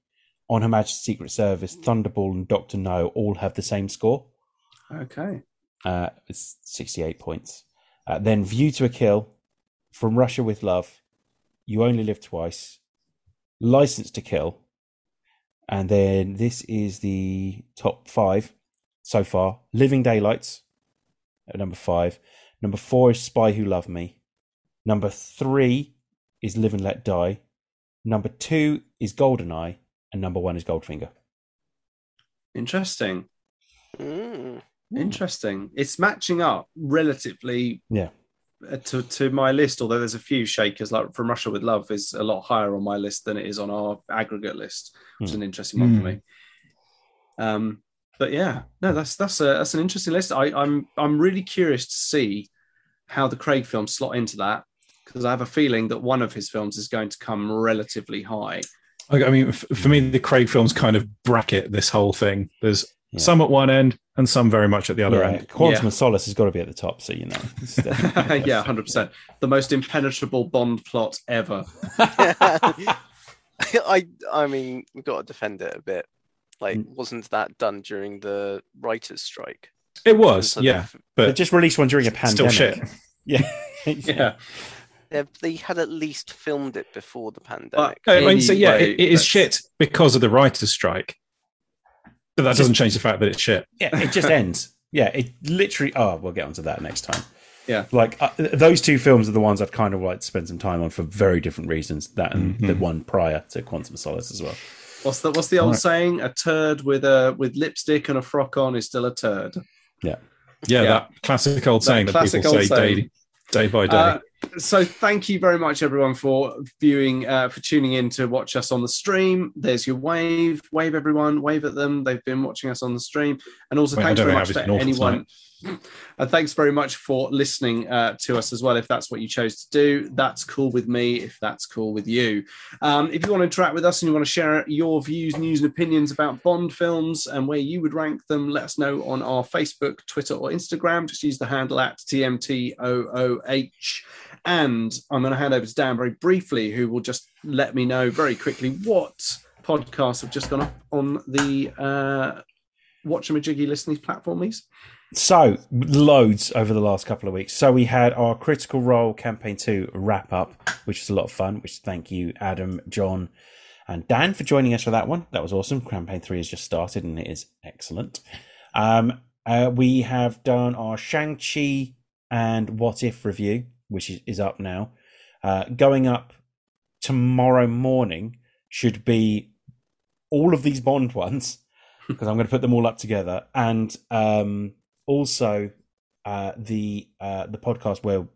Speaker 1: On Her Majesty's Secret Service, Thunderball, and Doctor No all have the same score.
Speaker 2: Okay.
Speaker 1: Uh, it's 68 points. Uh, then View to a Kill, From Russia with Love, You Only Live Twice, License to Kill. And then this is the top five so far Living Daylights at number five. Number four is Spy Who Loved Me. Number three is Live and Let Die. Number two is Goldeneye. And number one is Goldfinger.
Speaker 2: Interesting.
Speaker 4: Mm. *laughs*
Speaker 2: Interesting. It's matching up relatively.
Speaker 1: Yeah.
Speaker 2: uh, To, to my list, although there's a few shakers like From Russia with Love is a lot higher on my list than it is on our aggregate list, which is an interesting one for
Speaker 3: Hmm.
Speaker 2: me. Um, but yeah, no, that's that's a that's an interesting list. I, I'm I'm really curious to see how the Craig films slot into that because I have a feeling that one of his films is going to come relatively high.
Speaker 3: Like, I mean, f- for me, the Craig films kind of bracket this whole thing. There's
Speaker 1: Yeah.
Speaker 3: some at one end and some very much at the other
Speaker 1: Yeah,
Speaker 3: end.
Speaker 1: Quantum
Speaker 2: Yeah.
Speaker 1: of Solace has got to be at the top, so you know. *laughs* it's definitely-
Speaker 2: *laughs* yeah, hundred percent. The most impenetrable Bond plot ever.
Speaker 1: *laughs*
Speaker 4: I I mean, we've got to defend it a bit. Like,
Speaker 3: Hmm.
Speaker 4: wasn't that done during the writers' strike?
Speaker 3: It was,
Speaker 4: So
Speaker 3: yeah,
Speaker 4: they've-
Speaker 1: They
Speaker 3: but
Speaker 1: just released one during a
Speaker 3: still
Speaker 1: pandemic.
Speaker 3: shit.
Speaker 1: Yeah.
Speaker 2: Yeah,
Speaker 4: they've- they had at least filmed it before the pandemic.
Speaker 3: I mean, so yeah,
Speaker 2: Anyway,
Speaker 3: it, it is
Speaker 2: that's-
Speaker 3: shit because of the writers' strike. But that doesn't change the fact that it's shit.
Speaker 1: Yeah, it just ends. Yeah, it literally. Oh, we'll get onto that next time.
Speaker 2: Yeah.
Speaker 1: like uh, those two films are the ones I'd kind of like to spend some time on for very different reasons. That and the
Speaker 3: Mhm.
Speaker 1: one prior to Quantum of Solace as well.
Speaker 2: What's the what's the old
Speaker 3: Right.
Speaker 2: saying? A turd with a with lipstick and a frock on is still a turd.
Speaker 3: Yeah,
Speaker 2: Yeah.
Speaker 3: that classic old
Speaker 2: That
Speaker 3: saying that
Speaker 2: classic
Speaker 3: people
Speaker 2: old
Speaker 3: say
Speaker 2: saying.
Speaker 3: day, day by day.
Speaker 2: Uh, so thank you very much everyone for viewing uh, for tuning in to watch us on the stream there's your wave wave everyone wave at them they've been watching us on the stream and also
Speaker 3: Wait, I
Speaker 2: thanks
Speaker 3: don't
Speaker 2: very
Speaker 3: know,
Speaker 2: much
Speaker 3: it
Speaker 2: for
Speaker 3: was an awful
Speaker 2: anyone and thanks very much for listening uh, to us as well if that's what you chose to do that's cool with me if that's cool with you um, if you want to interact with us and you want to share your views news and opinions about bond films and where you would rank them let us know on our facebook twitter or instagram just use the handle at tmtoh and I'm going to hand over to Dan very briefly, who will just let me know very quickly what podcasts have just gone up on the uh, Watch a Majiggy listening platform, please.
Speaker 1: So loads over the last couple of weeks. So we had our Critical Role Campaign Two wrap up, which was a lot of fun. Which thank you, Adam, John, and Dan for joining us for that one. That was awesome. Campaign Three has just started and it is excellent. Um, uh, we have done our Shang Chi and What If review, which is, is up now. Uh, going up tomorrow morning should be all of these Bond ones because I'm going to put them all up together, and um, also uh, the uh, the podcast where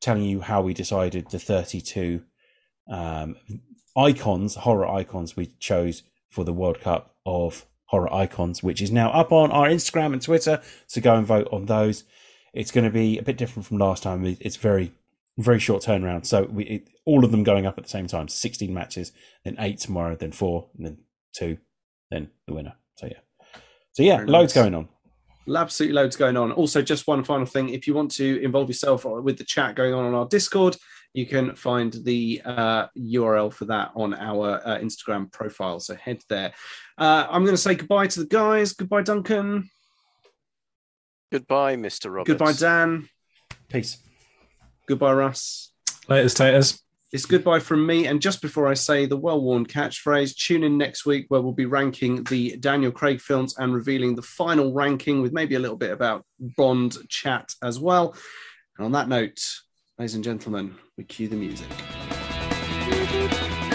Speaker 1: telling you how we decided the 32 um, icons, horror icons we chose for the World Cup of horror icons, which is now up on our Instagram and Twitter. So go and vote on those. It's going to be a bit different from last time. It- It's very very short turnaround. So we it, all of them going up at the same time. 16 matches, then eight tomorrow, then four, and then two, then the winner. So yeah. So yeah,
Speaker 2: Very
Speaker 1: loads
Speaker 2: nice.
Speaker 1: going on.
Speaker 2: Absolutely loads going on. Also, just one final thing if you want to involve yourself with the chat going on on our Discord, you can find the uh, URL for that on our uh, Instagram profile. So head there. Uh, I'm going to say goodbye to the guys. Goodbye, Duncan.
Speaker 4: Goodbye, Mr. Roberts.
Speaker 2: Goodbye, Dan.
Speaker 1: Peace.
Speaker 2: Goodbye, Russ.
Speaker 3: Latest taters.
Speaker 2: It's goodbye from me. And just before I say the well worn catchphrase, tune in next week where we'll be ranking the Daniel Craig films and revealing the final ranking with maybe a little bit about Bond chat as well. And on that note, ladies and gentlemen, we cue the music.
Speaker 5: Thank